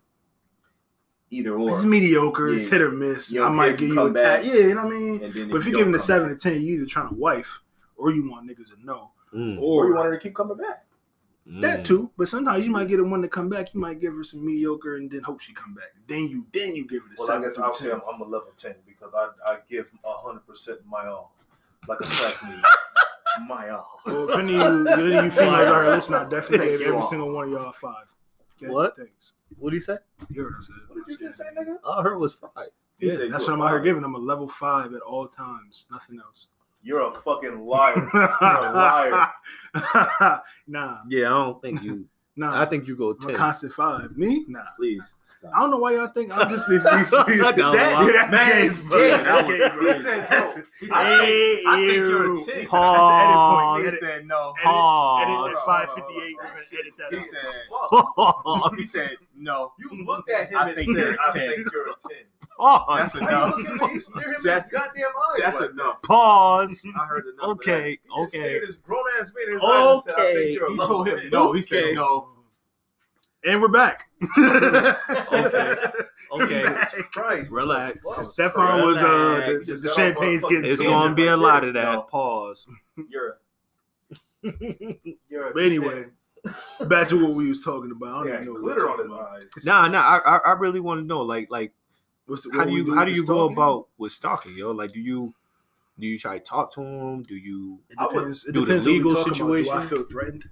Either or. it's mediocre. It's Yeah. hit or miss. You I don't care might if give you you a come tap. back. Yeah, you know what I mean. And then But if you don't give them the come seven to ten, you either trying to wife or you want niggas to know. Mm, back, or Or you want her to keep coming back. that mm. too. But sometimes you might get a one to come back. You might give her some mediocre and then hope she come back. Then you then you give her the Well, I seven guess I'll say through I'm, ten. I'm a level ten because I, I give hundred percent my all, like a track meet. My all. Well, if any of you, if any of you females out here listen, I definitely gave every single one of y'all five. Okay? What? Thanks. What did he say? You heard what I said. What did you just say, nigga? All I heard was five. He Yeah, said that's you what a I'm out here five. giving. I'm a level five at all times. Nothing else. You're a fucking liar. You're a liar. nah, Yeah, I don't think you. nah. I think you go I'm a ten. constant five. Me? Nah. Please stop. I don't know why y'all think I'm just this. this, this, That- yeah, that's that gay, is bro. gay. That's gay, He bro. said That's- no. He said, I think, I think you're a ten. He said, Pause. He said no. Edit Pause. five fifty eight. We're gonna edit that. He Out. said. Pause. He said no. You looked at him I and think said, you're a "I 10." think you're a ten. Pause. That's Why enough. you looking at me? You stare him in his That's- goddamn eyes. That's like enough. Pause. I heard enough. of that. Okay. that. You just Okay. stared This grown ass man. in his eyes and said, I Okay. think you're a He level told him 10. no. He said Okay. no. And we're back. Okay. Okay. Relax. Christ. Relax. What? Stefan was uh Relax. the, the champagne's getting It's tender. going to be a lot of No. that. Pause. You're You're a But anyway, back to what we was talking about. I don't ten. Yeah, even know what glitter we was on talking his about. Nah, eyes. nah. I, I, I really want to know. Like, like, What's the- how what do we you, how do with you the go stalking? about with stalking, yo? Like, do you, do you try to talk to him? Do you? It I would depends. It do the depends on legal legal situation. Do I situation. feel threatened?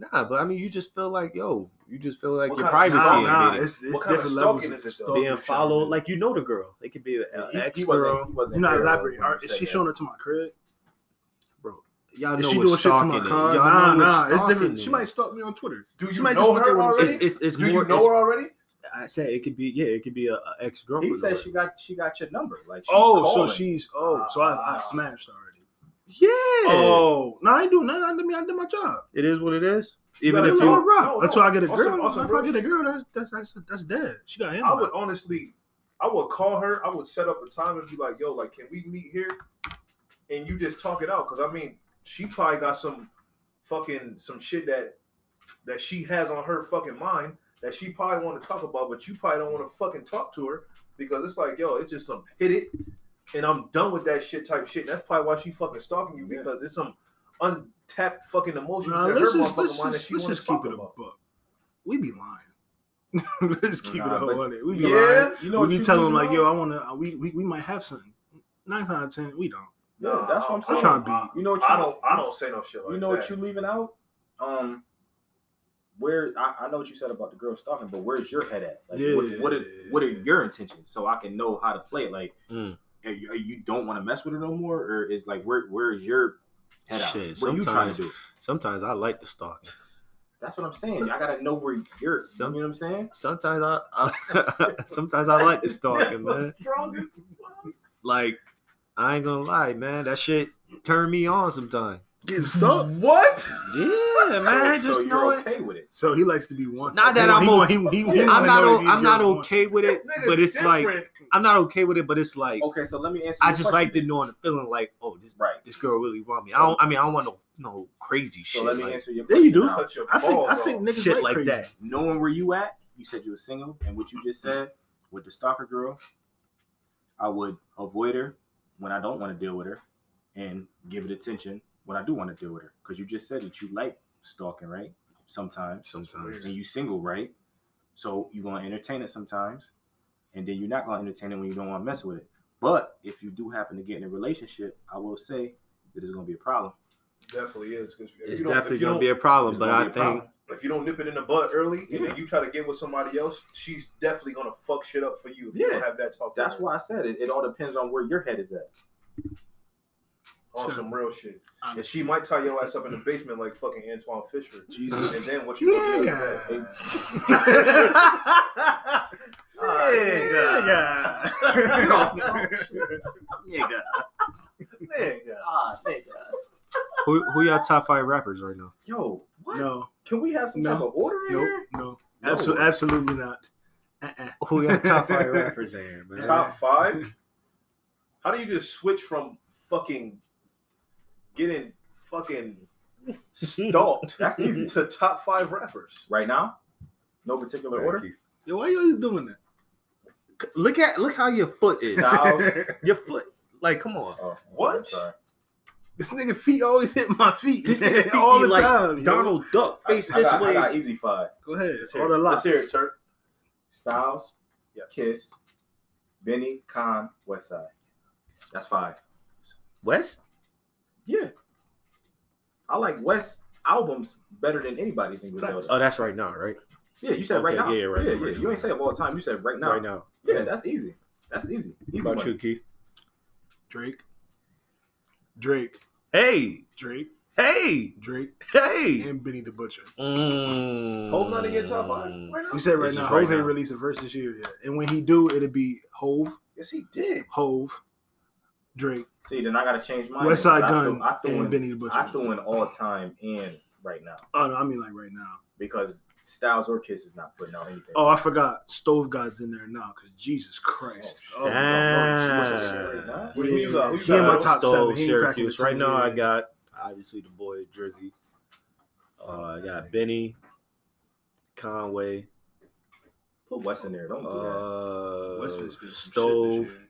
Nah, but I mean, you just feel like, yo, you just feel like What your kind of privacy stalking? Nah, invaded. nah, it's, it's What kind of different stalking levels is of it, though? stalking. being shit. followed. Like you know the girl. It could be an he- ex he wasn't- girl, he wasn't you're not there elaborating. when you Are- Is said she that. showing it to my crib? bro. Y'all Is know she what doing shit to stalking my is. car? Y'all Nah, know what nah. It's stalking different. is. She might stalk me on Twitter. Do She you might know just her look at what I'm already? It's it's, it's Do more. you know it's- her already? I said it could be. Yeah, it could be a, ex girlfriend. He said she got she got your number. Like she Oh, calling. so she's oh, so I, I smashed already. Ah, Yeah. Oh, no, I ain't doing nothing. I mean, I did my job. It is what it is. Even if That's you- all right. no, That's no. why I get a Also- girl. also if real I get a shit. girl, that's that's that's, that's dead. She got I handled. would honestly, I would call her. I would set up a time and be like, "Yo, like, can we meet here?" And you just talk it out, because I mean, she probably got some fucking some shit that that she has on her fucking mind that she probably want to talk about, but you probably don't want to fucking talk to her because it's like, yo, it's just some hit it, and I'm done with that shit type shit. That's probably why she fucking stalking you because it's some untapped fucking emotions Nah, that let's her just let's motherfucking mind that just, she let's want just to keep talk it a about. buck. We be lying. let's keep it Nah, but- a whole hundred. We be lying. Yeah, You We what be you telling do them like, know? yo, I wanna, uh, we, we we might have something. Nine out of ten, we don't. Yeah, that's what I'm I- saying. trying to You know what you I don't. I don't say no shit like that. You know what you leaving out? Um, where I, I know what you said about the girl stalking, but where's your head at? Like, what, what are what are your intentions? So I can know how to play it. Like, Mm. are you, are you don't want to mess with her no more, or is like where where is your head out? Shit, what are you trying to do? Sometimes I like the stalking. That's what I'm saying. I gotta know where you're. Some- you know what I'm saying? Sometimes I, I sometimes I like the stalking, man. Like I ain't gonna lie, man. That shit turn me on sometimes. Getting stuck. What? Yeah, man. so, just so know you're it. okay with it. So he likes to be wanted. Not that He- I'm he- on- he- he- he I'm wanna not. know if o- he's I'm not your- okay with it, but it's like I'm not okay with it, but it's like Okay, so let me answer. I your just question like the then. knowing the feeling, like oh, this right. this girl really want me. I don't. I mean, I don't want no no crazy So shit. let me like, answer your. Yeah, you question do. now. Cut your I think I balls think off. niggas shit like, like crazy. that. knowing where you at, you said you were single, and what you just said with the stalker girl, I would avoid her when I don't want to deal with her, and give it attention when I do want to deal with her. Because you just said that you like stalking, right? Sometimes, Sometimes. and you single, right? So you're gonna entertain it sometimes, and then you're not gonna entertain it when you don't want to mess with it. But if you do happen to get in a relationship, I will say that it's gonna be a problem. Definitely is. 'cause if It's you don't- if definitely you gonna don't- be a problem, It's but gonna I be a think problem. If you don't nip it in the bud early, and Yeah. then you try to get with somebody else, she's definitely gonna fuck shit up for you. If you Yeah. don't have that talk. That's with her. why I said it. It all depends on where your head is at. on Sure. some real shit. Um, And she might tie your ass up in the basement like fucking Antoine Fisher. Jesus. And then what you gonna do? after that? Nigga. Nigga. Oh, Nigga. Nigga. Ah, nigga. who who y'all top five rappers right now? Yo, what? No, Can we have some No. type of order in Nope, here? no, No. absolutely, absolutely not. Uh-uh. Who your top five rappers in here, man? Top- five? How do you just switch from fucking getting fucking stalked That's easy. to top five rappers? Right now, no particular order. Yo, why you always doing that? Look at look how your foot is. Styles. Your foot, like, come on. Oh, What? I'm sorry. This nigga feet always hit my feet, This nigga feet all be the like time. yo. Donald Duck, I- face I, this got, way. I got easy five. go ahead. Let's hear, All the it. Let's locks. hear it, sir. Styles, Yes. Kiss, Benny, Khan, Westside. That's five. Wes, Yeah. I like West albums better than anybody's English Zelda. oh, that's right now, right? yeah, you said okay, right now. yeah, right yeah, now, right You now. ain't say it all the time. You said right now. Right now. Yeah, that's easy. That's easy. Easy What about money. you, Keith? Drake, Drake, Hey, Drake, hey, Drake, hey. and Benny the Butcher. Mm. Hope not to get top five. Right now? We said right This now, is Hove right ain't now. released a verse this year yet, and when he do, it'll be Hove, Yes, he did. Hove, Drake, See, then I gotta change mine. West Side I threw- Gun, I threw, and in, Benny the Butcher. I threw in all time and right now oh no, I mean like right now. because Styles or Kiss is not putting out anything. Oh, I forgot Stove God's in there now because Jesus Christ. Oh, Oh, Ah. Who yeah. you got? Who you He in my got? top seven. Stole He ain't cracking the Syracuse. Right team. now, I got obviously the boy Jersey. Uh, I got Benny, Conway, Put West in there. Don't do that. uh, West Coast been some shit this Stove, year.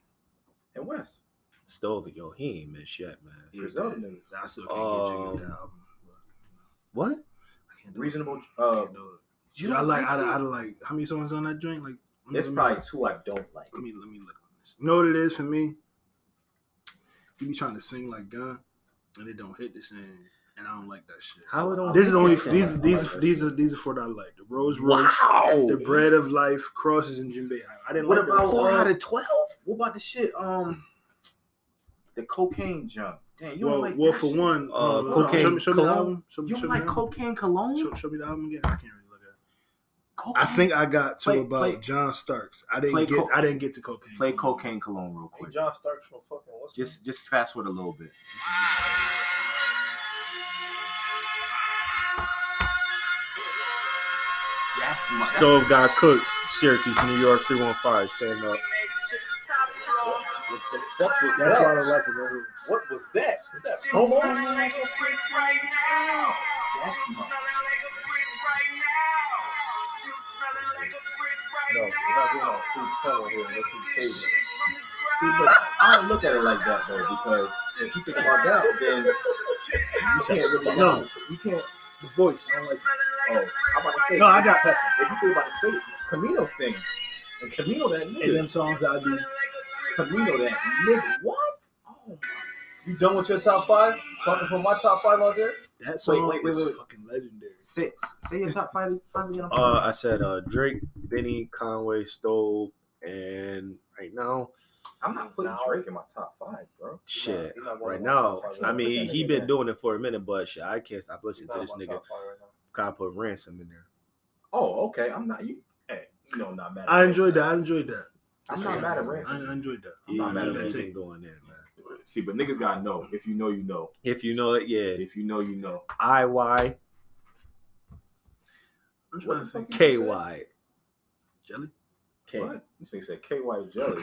And West. Stove. Yo, he ain't missed yet, man. Yeah, Griselda man. then. I still can't get jiggy with Um, that album. I What? can't do it. Reasonable. Uh, Can't do it. I like. I, I like. How many songs on that joint? Like, let me- it's let me- probably two I don't like. Let me let me look on this. You know what it is for me? You be trying to sing like Gun, and it don't hit the same, and I don't like that shit. How it on? This is only Listen, I these like these that these shit. are these are four that I like. The Rose Royce, the Wow. Bread of Life, Crosses, and Jimbe. I, I didn't What like about- um, uh, that. Four out of twelve. What about the shit? Um, the cocaine jump. Damn, you well, don't like well that for shit. one, Uh, no, no, no. Cocaine Show me, show me the Cologne? album. Show me, you show don't me like the album. cocaine cologne. Show, show me the album again. I can't really look at. it. I Cocaine? think I got to Play- about play- John Starks. I didn't play get. co- I didn't get to cocaine. play cocaine cologne real quick. John Starks from fucking what's Just just fast forward a little bit. That's my. Stove got cooked. Syracuse, New York, three one five. Stand up. That's why I don't like it. Right here. what was that? No, we're not doing a food color here. Let's do table. See, but I don't look at it like that though, because if you think about that, then you can't look at No. it. you can't. The voice. I don't like. Oh, I'm about to say. No, I got that. If you think about the city, Camino sing. And Camino that nigga. And them songs I do. Camino that nigga. What? Oh You done with your top five? So I can put my top five on there. That song wait, wait, is wait. fucking legendary. Six. Say your top five. five again. Uh, I said uh, Drake, Benny, Conway, Stove, and right now, I'm not putting No. Drake in my top five, bro. shit. You're not going Right to my now, top five. I mean, he You're been not doing it for a minute, but shit, I can't stop listening to going this to my nigga. top five right now. Gotta put ransom in there. Oh, okay. I'm not you. Hey, you know, I'm not mad. At I Drake. enjoyed that. I enjoyed that. I'm not mad at I, Ransom. I enjoyed that. I'm Yeah, not mad you at that ain't take. been going in, man. See, but niggas gotta know. If you know, you know. If you know it, yeah. If you know, you know. IY, I'm What trying to the fuck think. you KY. Jelly. K. What? This nigga said KY Jelly.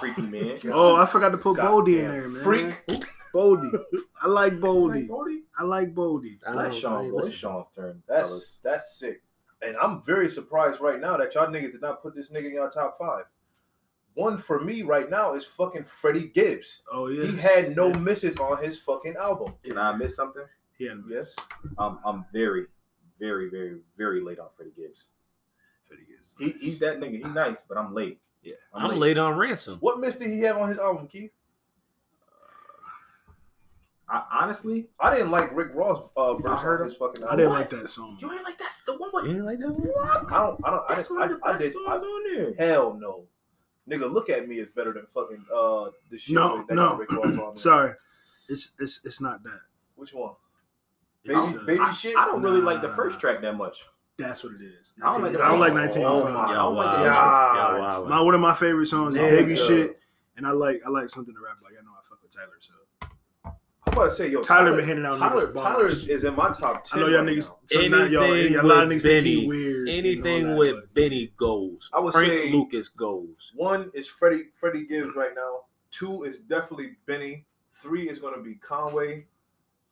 Freaky man. Oh, I forgot to put God Boldy in damn there, man. freak. Boldy. I like Like, Boldy. Goldie? I like Boldy. I don't That's know, Sean. man. Boy, Listen, it's Sean's turn. fellas. That's that's sick. And I'm very surprised right now that y'all niggas did not put this nigga in y'all top five. One for me right now is fucking Freddie Gibbs. Oh He yeah. had no misses on his fucking album. Can I miss something? He had a Yes. Um, I'm very, very, very, very late on Freddie Gibbs. pretty good. He, he's that nigga. He nice, but I'm late. Yeah. I'm late on ransom. What miss did he have on his album, Keith? I, honestly, I didn't like Rick Ross uh, verse heard on his fucking I album. didn't like that song. you ain't like that's the one. You With, ain't like that one? what? I don't. I don't. I, That's didn't, one of the I, I best did. songs I, on there. hell no, nigga. Look at me is better than fucking uh the shit No, that got no. Rick Ross on there. Sorry. It's it's it's not that. Which one? Baby, It's, uh, baby I, shit. I don't really like the Nah. first track that much. that's what it is. I don't like that. I don't like Oh 1985. my Yeah, Oh my wow. God. Yeah, wow. My one of my favorite songs is Nigga. Baby Shit, and I like I like something to rap like. I know I fuck with Tyler, so I'm about to say, yo, Tyler been handing out Tyler, niggas Tyler bombs. is, is in my top I ten. know y'all right niggas. now. So now y'all, Anything a lot of with niggas think he Benny. weird. and all Anything that, with but- Benny goes. I would Frank say- Lucas goes. One is Freddie Freddie Gibbs right now. Two is definitely Benny. Three is gonna be Conway.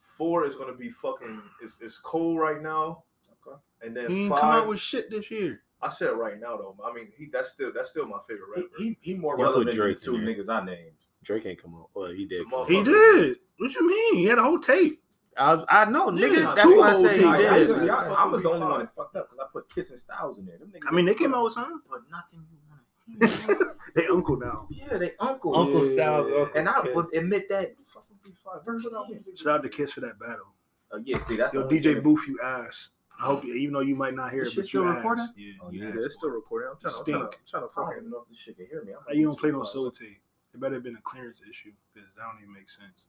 Four is gonna be fucking is is Cole right now. Okay. And then he ain't five. come out with shit this year. I said right now though. I mean, he that's still that's still my favorite rapper. He, he, he more You put relevant than the Drake two in there. niggas I named. Drake ain't come out. Well, he did. The come out. motherfucker. He did. What you mean? He had a whole tape. I, was- I know, Yeah, nigga. that's two why I whole said teams. he Nah, I, did. y'all- Yeah. I was the only Yeah. one that fucked up because I put Kiss and Styles in there. Them niggas I mean, they ain't came fuck, out with something. but nothing you want to hear. They uncle now. yeah, they uncle. Uncle Styles, Uncle And I would admit that. Fucking be fine. Verse yeah. Shout out to Kiss for that battle. Oh, yeah, see, that's Yo, the only DJ thing. Booth, you ass. I hope you, even though you might not hear This it, shit but still you ass. recording? Yeah, Oh, you yeah, ass. it's It's still recording. I'm trying, to, I'm, trying to, Stink. I'm trying to I don't fucking even know if this shit can hear me. I'm Why you don't play no soul tape? It better have been a clearance issue because that don't even make sense.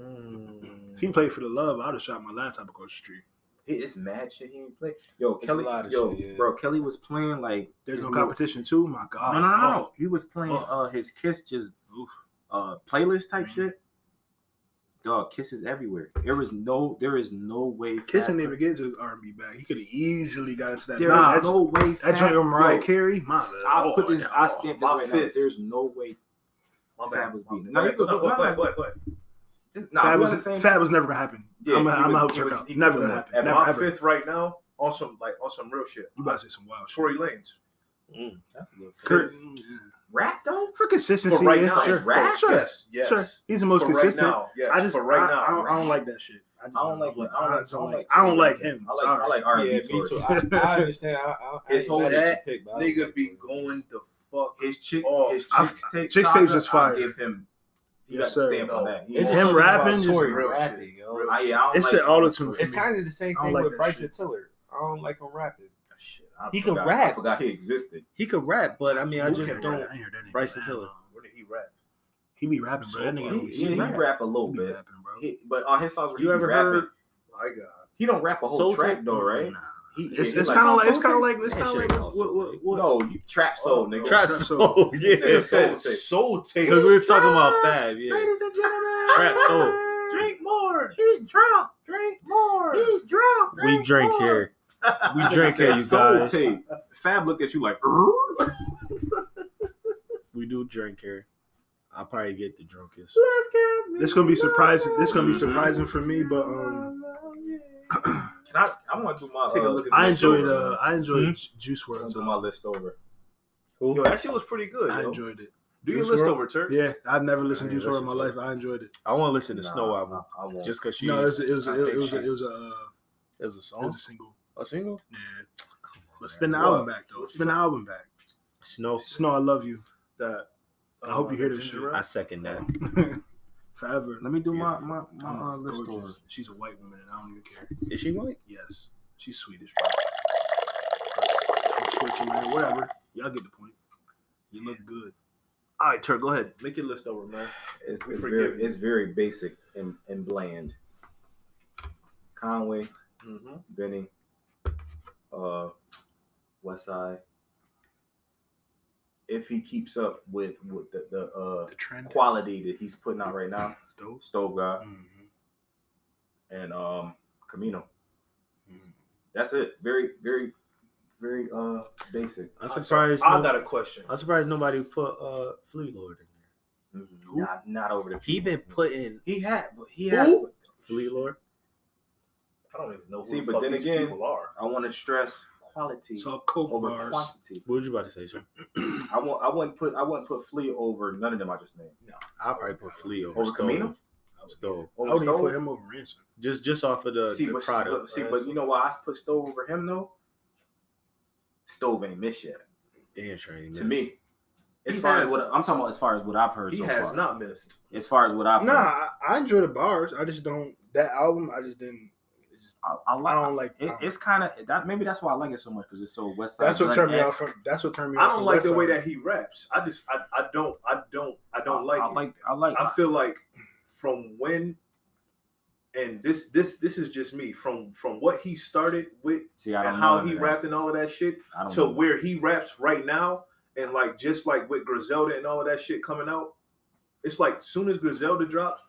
If he played for the love, I'd have shot my laptop across the street. He- It's mad shit he ain't play. Yo, It's a Kelly, lot of yo, shit, yeah. bro, Kelly was playing like There's no his little- competition too. My God, No, no, no, no. He was playing Fuck. uh his Kiss just oof, uh playlist type Mhm. shit. Dog, kisses everywhere. There is no, there is no way. Kiss didn't Fab- even get his R&B back. He could have easily got into that. There nah, is that- no way. that joint Fab- with Mariah Yo, Carey. My I Lord, put this. I no. stamp this my right now. fifth. There's no way. My Fab bad. was My beating. No, bad. you go- No, go- go- go- go- go- go. This, nah, Fab, we on the was, same. Fab was never gonna happen. Yeah, I'm he gonna was- help he check was out. equal Never to gonna him happen. at Never My ever. fifth right now on some like on some real shit. You about to say some wild shit. Tory Lanez. Mm, that's a good Kurt, Rap though. for consistency, For right yeah, now, sure, for- sure, yes, yes. sure. He's the most for consistent. Right now, yes. I just for right I, now. I, don't, I don't like that shit. I, just I don't like. I don't like. don't like. I don't like him. I like. Sorry. I like R&B. Yeah, me Tory. too. I, I understand. I, I, I His ain't whole mad at that pick. but I you. don't nigga like be Tory going Lanez. the fuck. His chick, Oh, his I- chicks tape. Chick's tape's saga, just fire. I'll give him. You Yes, got to sir. stand on that. He It's won't- him rapping, It's just Tory real rapping, shit. yo. I, yeah, I don't It's like the auto-tune for It's me. kind of the same I don't thing like with that Bryson shit. Tiller. I don't like him rapping. Shit, I He can forgot- I rap. forgot he existed. He could rap, but I mean, I Who just can don't. rap? I ain't heard that nigga Bryson rap. Tiller. Where did he rap? He be rapping, bro. That So nigga far. don't He, be yeah, he singing. rap a little He be bit, rapping, bro. He- but on his songs, where You he be ever rapping, heard- My God. He don't rap a whole Soul track Tape? though, right? Nah. He, It's, he it's like- kind of like it's Soul kind of Tape? like it's That kind of shit like called Soul what, what, Tape. what? no, you trap soul, nigga. Oh, Trap Trap soul. soul. yeah. It Because said soul tape. soul we tape. was talking about Fab, yeah. Ladies and gentlemen, Trap soul. Drink more. He's drunk. Drink more. He's drunk. We drink more. here. We drink here, Said you soul guys. tape. Fab looked at you like, We do drink here. I probably get the drunkest. This gonna be surprising. This gonna be surprising for me, but um, Can I? I want to do my. Take a uh, look at I that enjoyed shit. uh, I enjoyed Juice I'm gonna WRLD's do album. my list over. Yo, that shit was pretty good. I yo. enjoyed it. Do your Juice list WRLD? over, Turk. Yeah, I've never listened to I Juice ain't WRLD in my listened life. to I enjoyed it. I want to listen to Snow album I, I won't. just because she. No, it was it was I it was think it was, she- it was a uh, as a it song, was a single. a single. Yeah, Come on, but man. spin the What? album back though. Spin the album back. Snow. Snow, I love you That, uh, I hope you hear this ginger shit. ale? I second that. forever. Let me do my my my I'm uh, list over. gorgeous. She's a white woman, and I don't even care. Is she white? Yes, she's Swedish. Bro. I'm switching, man. Whatever. Y'all get the point. You look good. All right, Turk, go ahead. Make your list over, man. It's, We it's forgive very you. it's very basic and, and bland. Conway, Mm-hmm. Benny, uh, Westside. If he keeps up with with the, the uh, The trend. quality that he's putting out right now, It's dope. Stove Guy Mhm. and um Camino. Mhm. That's it. Very very very uh basic. I'm I'm surprised. I no- got a question. I'm surprised nobody put uh Flea Lord in there. Who? Not not over the. He been putting He had he had. Who? Flea Lord. I don't even know who See, the but fuck then these again- people are. I want to stress quality It's all coke over bars. quantity. What was you about to say, Sean? I won't. I wouldn't put. I wouldn't put Flea over none of them. I just named. I probably put Flea over, Over Camino? Stove. Stove. I would even Stove? put him over Ransom. Just just off of the, see, the but, product. but- see, but you know why I put Stove over him though? Stove ain't missed yet Damn, sure ain't to missed. me. As He far has- as what I'm talking about, as far as what I've heard He so has far, not missed. as far as what I've Nah, heard, I, I enjoy the bars. I just don't that album. I just didn't. it's just- I, I like. I don't like. um, it, it's kind of that. Maybe that's why I like it so much because it's so West Side. uh-uh. that's what turned me off. Gun-esque. From, that's what turned me I off. don't from like the Westside. way that he raps. I just, I, I don't, I don't, I don't like I, it. like. I like. I feel like from when, and this, this, this is just me. From from what he started with see, I don't and know how none he of that. rapped and all of that shit I don't to know. where he raps right now, and like just like with Griselda and all of that shit coming out, it's like soon as Griselda dropped,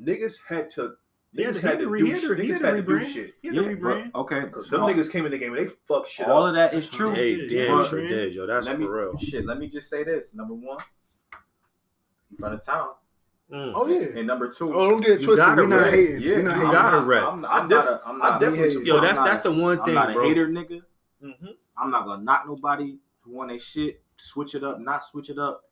niggas had to. He had Niggas to- had to he do had to- shit. he Niggas had to had to do rebrand. shit. He had to Yeah, rebrand. but- okay, Cause them niggas came in the game and they fucked shit all up. of that is true. Hey, damn, But- sure did, yo. That's let for me, real. Shit, let me just say this: number one, you from the town, Mm. Oh yeah. and number two, Oh, don't get it You twisted. gotta We're not rap. hating. yeah, We're not I'm hating. gotta not- rap. I'm, I'm I not. def- A, I'm I not. definitely I'm Yo, that's not that's a- the one I'm thing, not a bro. hater, nigga. Mm-hmm. I'm not gonna knock nobody who want their shit. Switch it up, not switch it up.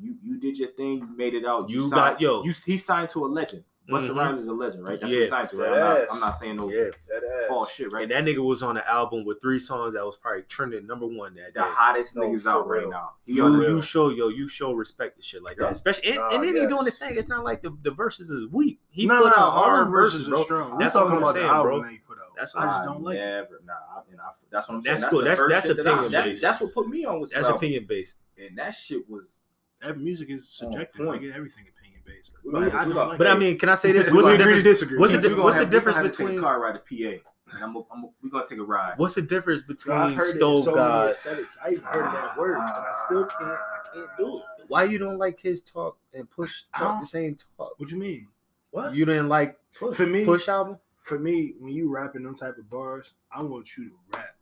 You you did your thing. You made it out. You signed- got- yo. You he signed to a legend. Busta Mhm. Rhymes is a legend, right? That's what Yeah. he signed to. Right? I'm, not, Yes. I'm not saying no Yeah. That ass. false shit, right? And that nigga was on an album with three songs that was probably trending number one that the day. hottest No, niggas for out right real. now. He on You, the- you show yo, you show respect to shit like Yeah. that. Especially and, Nah, and then he doing yes. his thing. It's not like the, the verses is weak. He Nah, put nah, out all hard them verses, are bro. strong. That's We're what I'm talking about the saying, album bro. they put out. That's what I just don't like. never, Nah, I- and I, that's what I'm saying. That's cool. the That's- first that's shit that I- opinion that's- based. That's what put me on was That's Flow. opinion based. and that shit was. That music is On subjective. point. Nigga, everything opinion based. We Me, gonna have I to- don't we gonna- like But it. I mean, can I say this? We What's the gonna agree to difference? disagree. what's the We di- gonna what's the have- we gonna difference have to take a between- car ride to PA? And I'm, I'm, we're gonna take a ride. What's the difference I've heard between it in Stove so many God? aesthetics. I even heard that word, and I still can't. I can't do it. Why you don't like his talk and push I talk don't- the same talk? What you mean? What? You didn't like For me, push album? for me, when you rapping them type of bars, I want you to rap,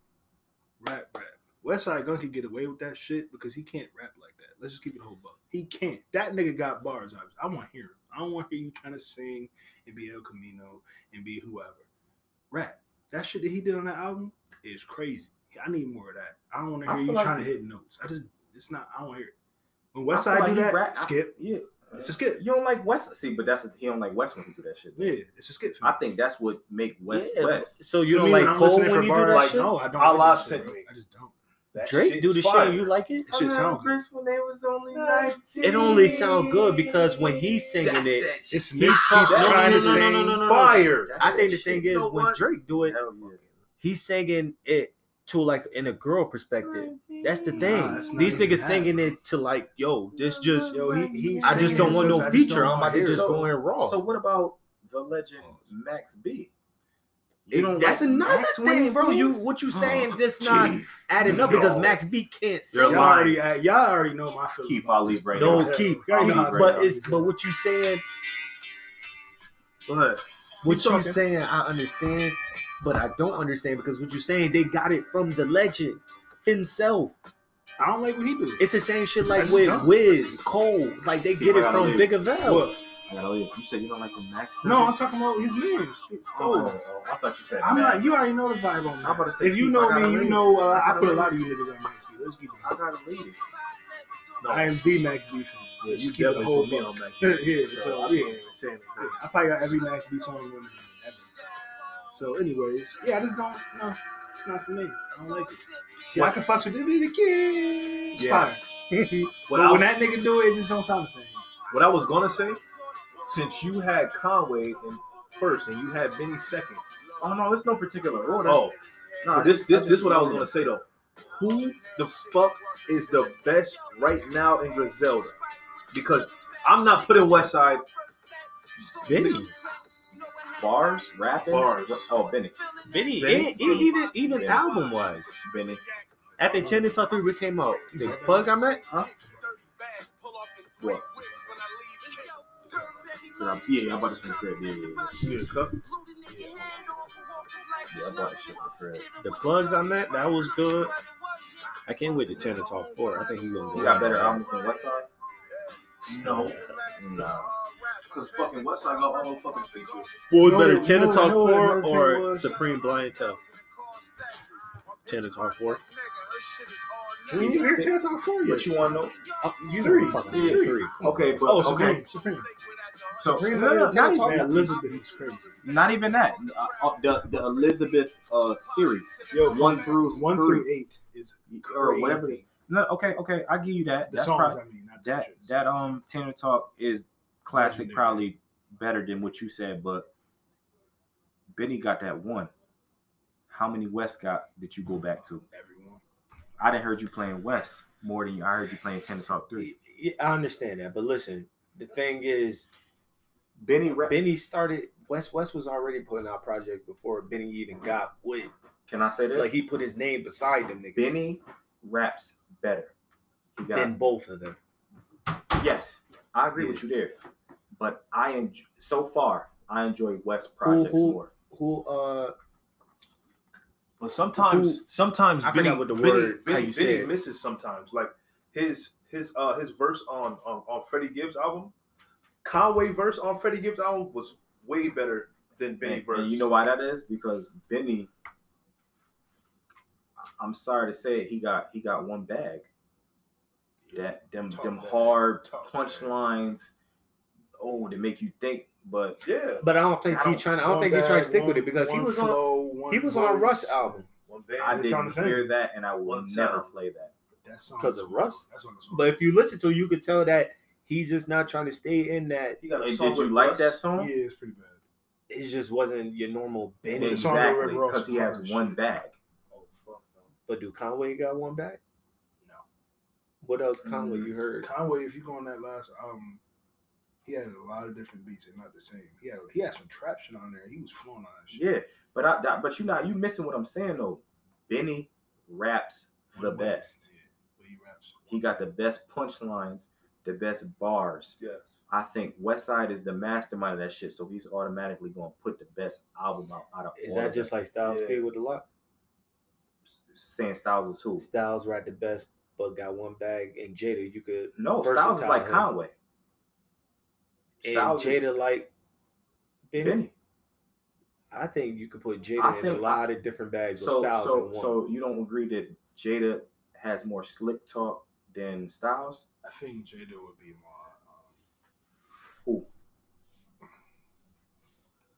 rap, rap. Westside Gun can get away with that shit because he can't rap like that. Let's just keep it a whole buck. He can't. That nigga got bars. Obviously. I want to hear. Him. I don't want to hear you trying to sing and be El Camino and be whoever. Rap. That shit that he did on that album is crazy. I need more of that. I don't want to I hear you feel like- trying to hit notes. I just, it's not. I don't wanna hear it. When I feel Westside like do he that, rap- I- skip. yeah, It's a skip. you don't like West. See, but that's he don't like West when he do that shit. Yeah, it's a skip. For me. I think that's what make West Yeah, West. So For you don't me, like I'm Cole listening when for you do bars, that shit? No, I don't. Allah Like that shit, sent bro. me. I just don't. That Drake shit's do the fire. shit. You like it? It should sound good. when they was only It only sound good because when he's singing That's it, that shit. It's He's mixed. He's talking- trying no, to no, no, sing. no, no, no, no. Fire. That's I think the that shit. thing is You know when what? Drake do it, Hell yeah. he's singing it to like in a girl perspective. That's the thing. Nah, that's not These even niggas that, singing bro. it to like, yo, this just Yo, he, he's I just singing don't his want no songs. I just feature. don't I'm about wanna to hear just it. go in raw. So what about the legend Max B? You It- don't that's like another Max when thing, he bro. You sings? what you saying? This not adding up because No. Max B can't sing. You're Y'all lying. already, at- y'all already know my feelings. Keep about Ali this. right No, now. keep, Y'all already keep. know how I But feel. it's but what you saying, Go ahead. what you talking. saying, I understand, but I don't understand because what you saying, they got it from the legend himself. I don't like what he do. It's the same shit like just with don't. Wiz, Cole. Like they See, get I it gotta from leave. Big Avell. I gotta leave. You said you don't like the Max. no, I'm Stone? talking about his man. St- Stone. Oh, I thought you said I'm Max. not. You already know the vibe on about to that. say If you keep, I know gotta me, you leave. know uh, I I gotta put a leave. lot of you niggas on Max B. Let's keep I it. gotta leave. No, I am the Max B fan. yeah, Let's you keep it definitely whole put me buck. on Max. yeah, yeah, So, so I yeah, can't even say anything. yeah, I probably got every Max B song on the internet, ever. So, anyways, yeah, I just don't. No, it's not for me. I don't like it. See, I can fuck with this nigga kid. It's fine. Yes. But What I, when that nigga do it, it just don't sound the same. what I was gonna say, since you had Conway in first and you had Benny second. Oh no, it's no particular order. Oh, no, this this this what I was gonna say though. Who the fuck is the best right now in Griselda? Because I'm not putting West Side Benny. Bars, rapping. Bars. Oh, Benny. Benny, Benny? e- e- even even album wise, Benny. after ten to talk three, we came out. The plug I'm at, What? Yeah, yeah, I bought this from the crib. Yeah, yeah, yeah. You need a cup? Yeah, I bought this shit from the crib. the plugs I'm at, that was good. I can't wait to ten to talk four. I think he's gonna You go. got better albums than Westside? No. No. Because fucking West Side got all the fucking features. What No, was better, no, ten to no, talk no, four no, no, no. or Supreme Blind Tell? Ten to talk four. When you hear Terror Talk for you, But you want to know? You Three. fucking Three. three. Okay, but Oh, okay. Supreme. Supreme. So, Supreme. no, no, Terror not Talk, even- man, Elizabeth is crazy. Not even that. Uh, uh, the the Elizabeth uh series. Yo, one through One through eight is or whatever. it is. No, okay, okay, I give you that. the That's songs. probably I mean, not the that pictures. that um Tanner Talk is classic, Legendary. probably better than what you said, but Benny got that one. How many West got did you go back to? Everyone. I didn't heard you playing West more than you, I heard you playing Tanner Talk three. Yeah, I understand that, but listen, the thing is, Benny, rap- Benny started. West West was already putting out projects before Benny even got with. can I say this? Like he put his name beside them niggas. Benny raps better. He got than both of them. Yes, I agree with you there. but I enjoy, so far I enjoy West Who- projects who- more. Who uh but sometimes sometimes I Benny, forgot what the Benny- word Benny- how you say Benny it. misses sometimes. Like his his uh his verse on on, on Freddie Gibbs album, Conway verse on Freddie Gibbs album was way better than Benny And- verse. and you know why that is? Because Benny, I'm sorry to say, it, he got he got one bag. That them Talk them bag. hard Talk bag. punchlines, oh, to make you think. But yeah, But I don't think he's trying. I don't think he's trying to stick with it because he was on. on He was on Russ album. one band. I it's on didn't the same. hear that, and I will One never sound. play that. because of Russ. That's on the song. But if you listen to, it, you could tell that he's just not trying to stay in that. He got And song did you with like Russ. that song? yeah, it's pretty bad. It just wasn't your normal Benny. song with Exactly, Rick Ross because he is has hard as one shit. bag. Oh, fuck, no. But do Conway got one back? No. What else Conway Mm-hmm. you heard? Conway, if you go on that last album, he had a lot of different beats and not the same. He had he had some trap shit on there. He was flowing on that shit. Yeah, but I that- but you not you missing what I'm saying though. Benny raps the When he- best. yeah, when he raps. He got the best punchlines, the best bars. Yes. I think Westside is the mastermind of that shit, so he's automatically going to put the best album out out of Is all that of just like Styles Yeah. P with the locks? them. saying Styles is who? Styles right the best, but got one bag. And Jada, you could No, versatile Styles is like him. Conway. And Styles is Jada like Benny. Benny. I think you could put I Jada in a think- lot of different bags So of Styles so in one. so you don't agree that Jada has more slick talk than Styles? I think Jada would be more. Um, Who?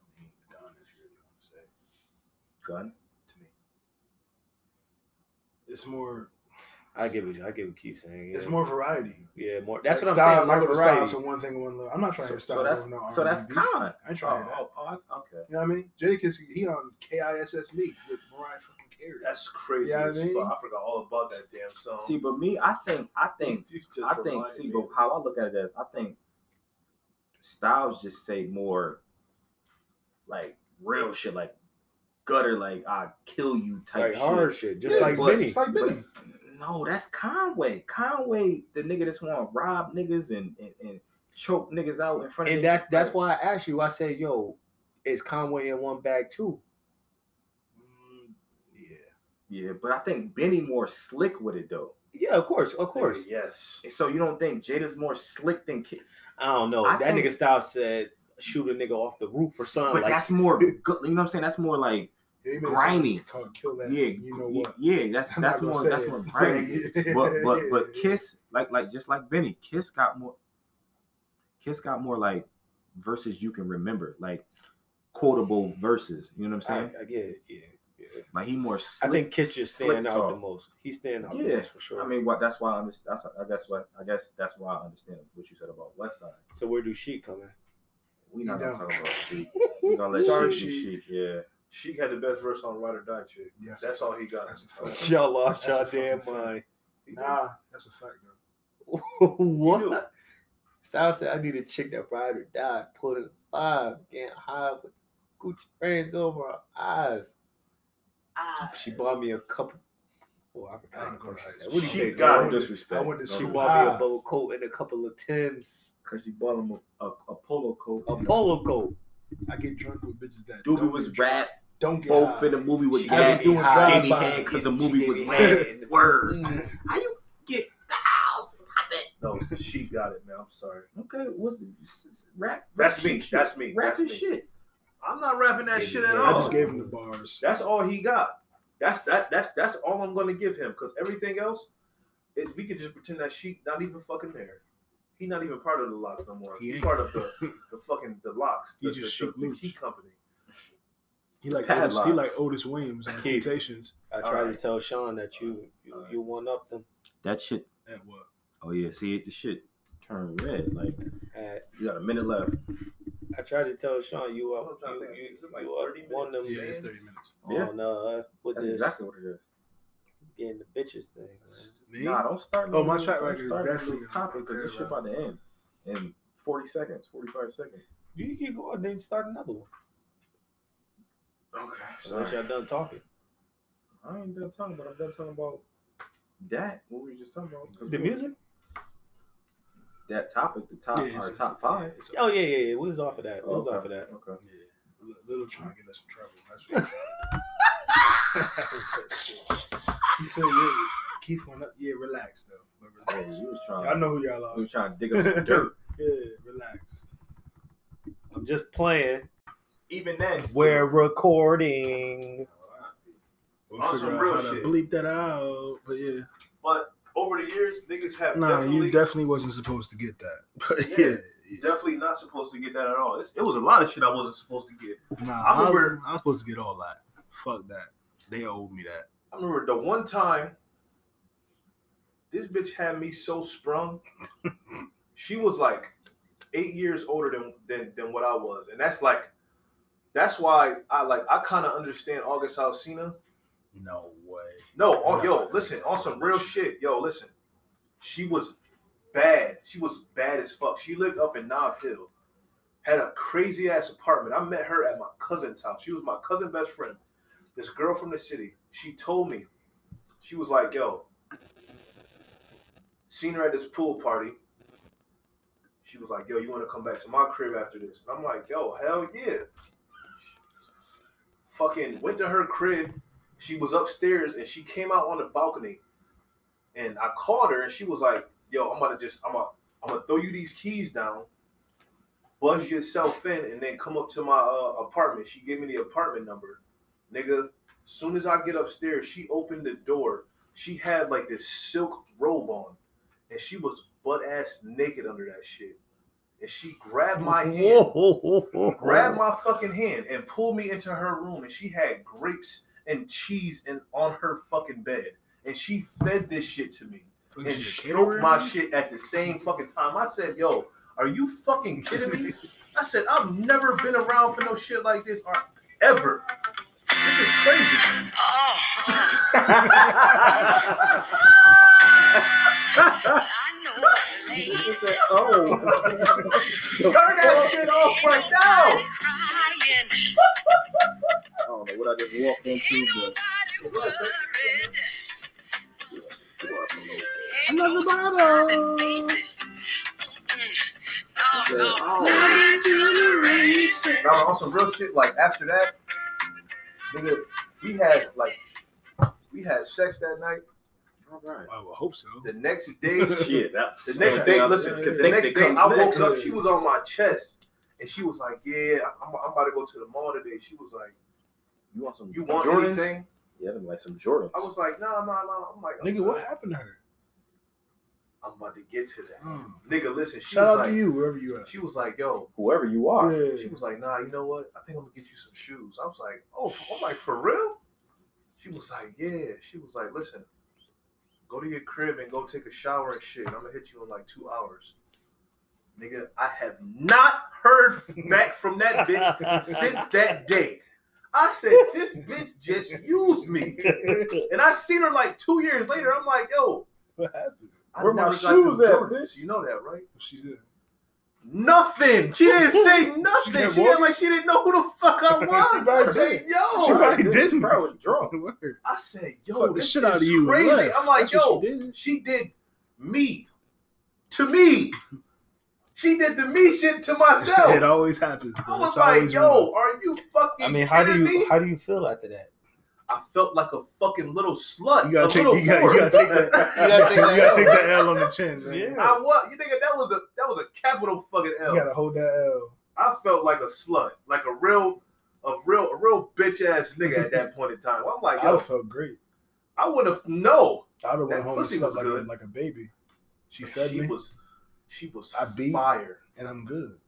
I mean, Gunn if you really want to say Gun. to me. It's more. I get what you, I get what Keith saying. Yeah, It's more variety. yeah, more. That's Like what I'm Styles, saying. I More go to variety. Styles for one thing, and one little. I'm not trying to So, so hear Styles. that's over no so that's R&B. Con. I ain't Oh, trying to hear that. oh, oh, I- okay. You know what I mean? Jada Kiss, he on KISS me with Mariah fucking Carey. That's crazy. Yeah, I as mean- fuck. I forgot all about that damn song. See, but me, I think I think You just I think reminded see, me. but how I look at it is, I think Styles just say more like real shit, like gutter, like I kill you type Like shit. hard shit, just Yeah, like but- Benny. It's like Benny. No, that's Conway. Conway, the nigga that's want to rob niggas and, and and choke niggas out in front of. And that's that's why I asked you. I said, "Yo, is Conway in one bag too?" Mm, yeah. Yeah, but I think Benny more slick with it though. Yeah, of course, of course. Yes. So you don't think Jada's more slick than Kiss? I don't know. I that think- nigga style said shoot a nigga off the roof or something. But Like, that's more. good- You know what I'm saying? That's more like yeah he made a song Grimy. Called Kill That. yeah, You know what? Yeah, that's I'm that's not gonna more say that's it. more grimy. but but but Kiss like like just like Benny, Kiss got more. Kiss got more like verses you can remember, like quotable verses. You know what I'm I, saying? I get it. Yeah, yeah. Like he more. I Slick. think Kiss just slick standing out the talk. most. He's standing out the Yeah, most for sure. I mean, what? That's why I understand. That's I guess what I guess that's why I understand what you said about Westside. so where do she come in? We not You gonna don't. talk about sheep. We gonna let Sorry, sheep be sheep. Yeah. She had the best verse on Ride or Die Chick. Yes. That's all he got. That's a fact. Y'all lost That's y'all a damn fucking mind. Nah, that's a fact, though. knew. what? Style said, "I need a chick that ride or die, put in five, getting high with Gucci friends over her eyes." She bought me a couple. Oh, I I forgot ain't the gonna question. say What do you She say? got Got it. I went to- disrespect. I went to No, She see no. bought me a Ah. bubble coat and a couple of Tims, Cause you bought him a, a, a polo coat. a polo coat. I get drunk with bitches that Doobie don't was get drunk. rap. Don't get Both high. in the movie with She Gabby. got me doing Gave me drive-by. head because the She movie gave was me bad. head. Word. Mm. How you get the house? No, she got it, man. I'm sorry. Okay, what's the rap? That's rap me. shit. That's me. Rap That's and me. shit. I'm not rapping that Yeah, shit at yeah. I all. just gave him the bars. That's all he got. That's that. That's that's all I'm gonna give him. Cause everything else, is we could just pretend that she not even fucking there. He not even part of the locks no more. He He's ain't. part of the, the fucking the locks. He The, just the, shoot the, the loose. key company. He like Padlocks. Otis, he like Otis Williams on Keith. Temptations. I All tried right. to tell Sean that you you, All right. you one up them. That shit. At what? Oh yeah, see it. The shit turned red. Like I- you got a minute left. I tried to tell Sean you up I'm you, trying to think. you, Is it like you up 30 one them minutes? Yeah, yeah, it's bands? thirty minutes. Yeah. on uh with That's this exactly what it is. getting the bitches thing. man. Me? Nah, don't start. Oh, my no- track don't record is start no definitely topic because this shit unprepared, about to end in 40 seconds, 45 seconds. You can go out there and start another one Okay. unless y'all done talking. I ain't done talking, but I'm done talking about that. What we were just talking about? 'Cause The we- music. that topic, the top it's- our it's- top five. it's- Oh yeah, yeah, yeah. We was off of that. We was off of that. Okay. Yeah, Lil- Little trying to get us in trouble. That's what he's trying to do. He said, yeah, Keith went up. Yeah, relax, though. But Hey, we relax. was Oh, trying. Y'all know who y'all we are. was trying to dig up some dirt. Yeah, relax. I'm just playing. Even then, still- We're recording. We'll On figure some out real how to shit. bleep that out. But yeah. But over the years, niggas have Nah, definitely, you definitely wasn't supposed to get that. But Yeah. yeah. definitely not supposed to get that at all. It's, it was a lot of shit I wasn't supposed to get. Nah, I I, was, remember- I was supposed to get all that. Fuck that. They owed me that. I remember the one time this bitch had me so sprung. she was like eight years older than, than than what I was, and that's like that's why I like I kind of understand August Alsina. No way. No, on, yo, listen, on some real shit, yo, listen. She was bad. She was bad as fuck. She lived up in Knob Hill, had a crazy ass apartment. I met her at my cousin's house. She was my cousin best friend. This girl from the city. She told me, she was like, yo, seen her at this pool party. She was like, yo, you want to come back to my crib after this? And I'm like, yo, hell yeah. Fucking went to her crib she was upstairs and she came out on the balcony and I called her and she was like, yo, I'm gonna just I'm gonna I'm gonna throw you these keys down, buzz yourself in, and then come up to my uh, apartment. She gave me the apartment number. Nigga, soon as I get upstairs, she opened the door. She had like this silk robe on, and she was butt ass naked under that shit. And she grabbed my hand grabbed my fucking hand and pulled me into her room and she had grapes and cheese and on her fucking bed and she fed this shit to me Fucking and shit, stroked catering? my shit at the same fucking time i said yo are you fucking kidding me i said i've never been around for no shit like this or ever this is crazy turn that shit off right now. I don't know what I just walked into, but now on some real shit. Like after that, nigga, we had like we had sex that night. All right. I would hope so. The next day, Shit, that The next day, listen. Yeah, The yeah. next day, I woke up. She was on my chest, and she was like, "Yeah, I'm, I'm about to go to the mall today." She was like, You want some "You want Jordans? anything?" Yeah, them like some Jordans. I was like, "Nah, nah, nah." I'm like, Nigga, what happened to her? I'm about to get to that." Mm. Nigga, listen. She Shout out was like, to you, wherever you at. she was like, "Yo." whoever you are. She was like, "Nah, you know what? I think I'm gonna get you some shoes." I was like, "Oh, I'm like for real?" She was like, "Yeah." She was like, "Listen, go to your crib and go take a shower and shit. and I'm gonna hit you in like two hours." Nigga, I have not heard back from that bitch since that day. I said, "This bitch just used me," and I seen her like two years later. I'm like, "Yo, What happened? I Where my never got shoes them at, Jordans. You know that, right?" She said, Nothing. She didn't say nothing. kept She, walking? act like she didn't know who the fuck I was. I said, She yo. probably- didn't. Bro, was drunk. Word. I said, yo, Fuck the this shit is out of you. and crazy. left. I'm like, That's what yo, she did. she did me to me. She did the me shit to It myself. always happens. Bro. I was It's like, always yo, are you fucking I mean, how do kidding you me? how do you feel after that? I felt like a fucking little slut. You a gotta take, little you gotta, whore. you gotta take that. You gotta, gotta take that L. take that L on the chin, man. Yeah. I was, you nigga, that was a that was a capital fucking L. You gotta hold that L. I felt like a slut, like a real, a real, a real bitch ass nigga at that point in time. I'm like, I yo, would felt great. I would have no. I would have That went home and pussy slept was like a, good. like a baby. She She fed me, was, she was I beat. fire. and I'm good.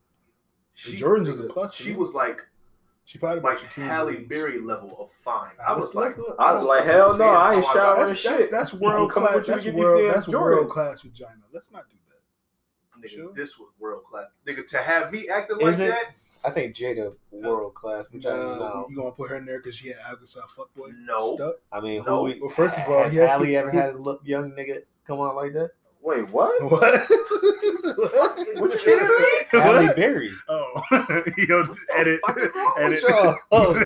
She, Jordans was a plus to She me. was like She probably like about your team Halle wins. Berry level of fine. Nah, I let's- was like, let's- I was like, hell no, I ain't Oh, I got- showering That's, that's, shit. that's world coming with you class. to That's get these world. damn That's Jordans. world class vagina. Let's not do that. nigga, Sure. this was world class. Nigga, to have me acting Is like it- that, I think Jada world class. Which I, Nah, don't know. you gonna put her in there because she had Alka fuckboy no. stuff? I mean, No. who we, Well, first of all, has he has Allie to- ever he- had a look, young nigga come out like that? Wait, what? What? What you kidding me? Halle What? Berry. Oh, yo, edit, fuck is wrong edit. Oh,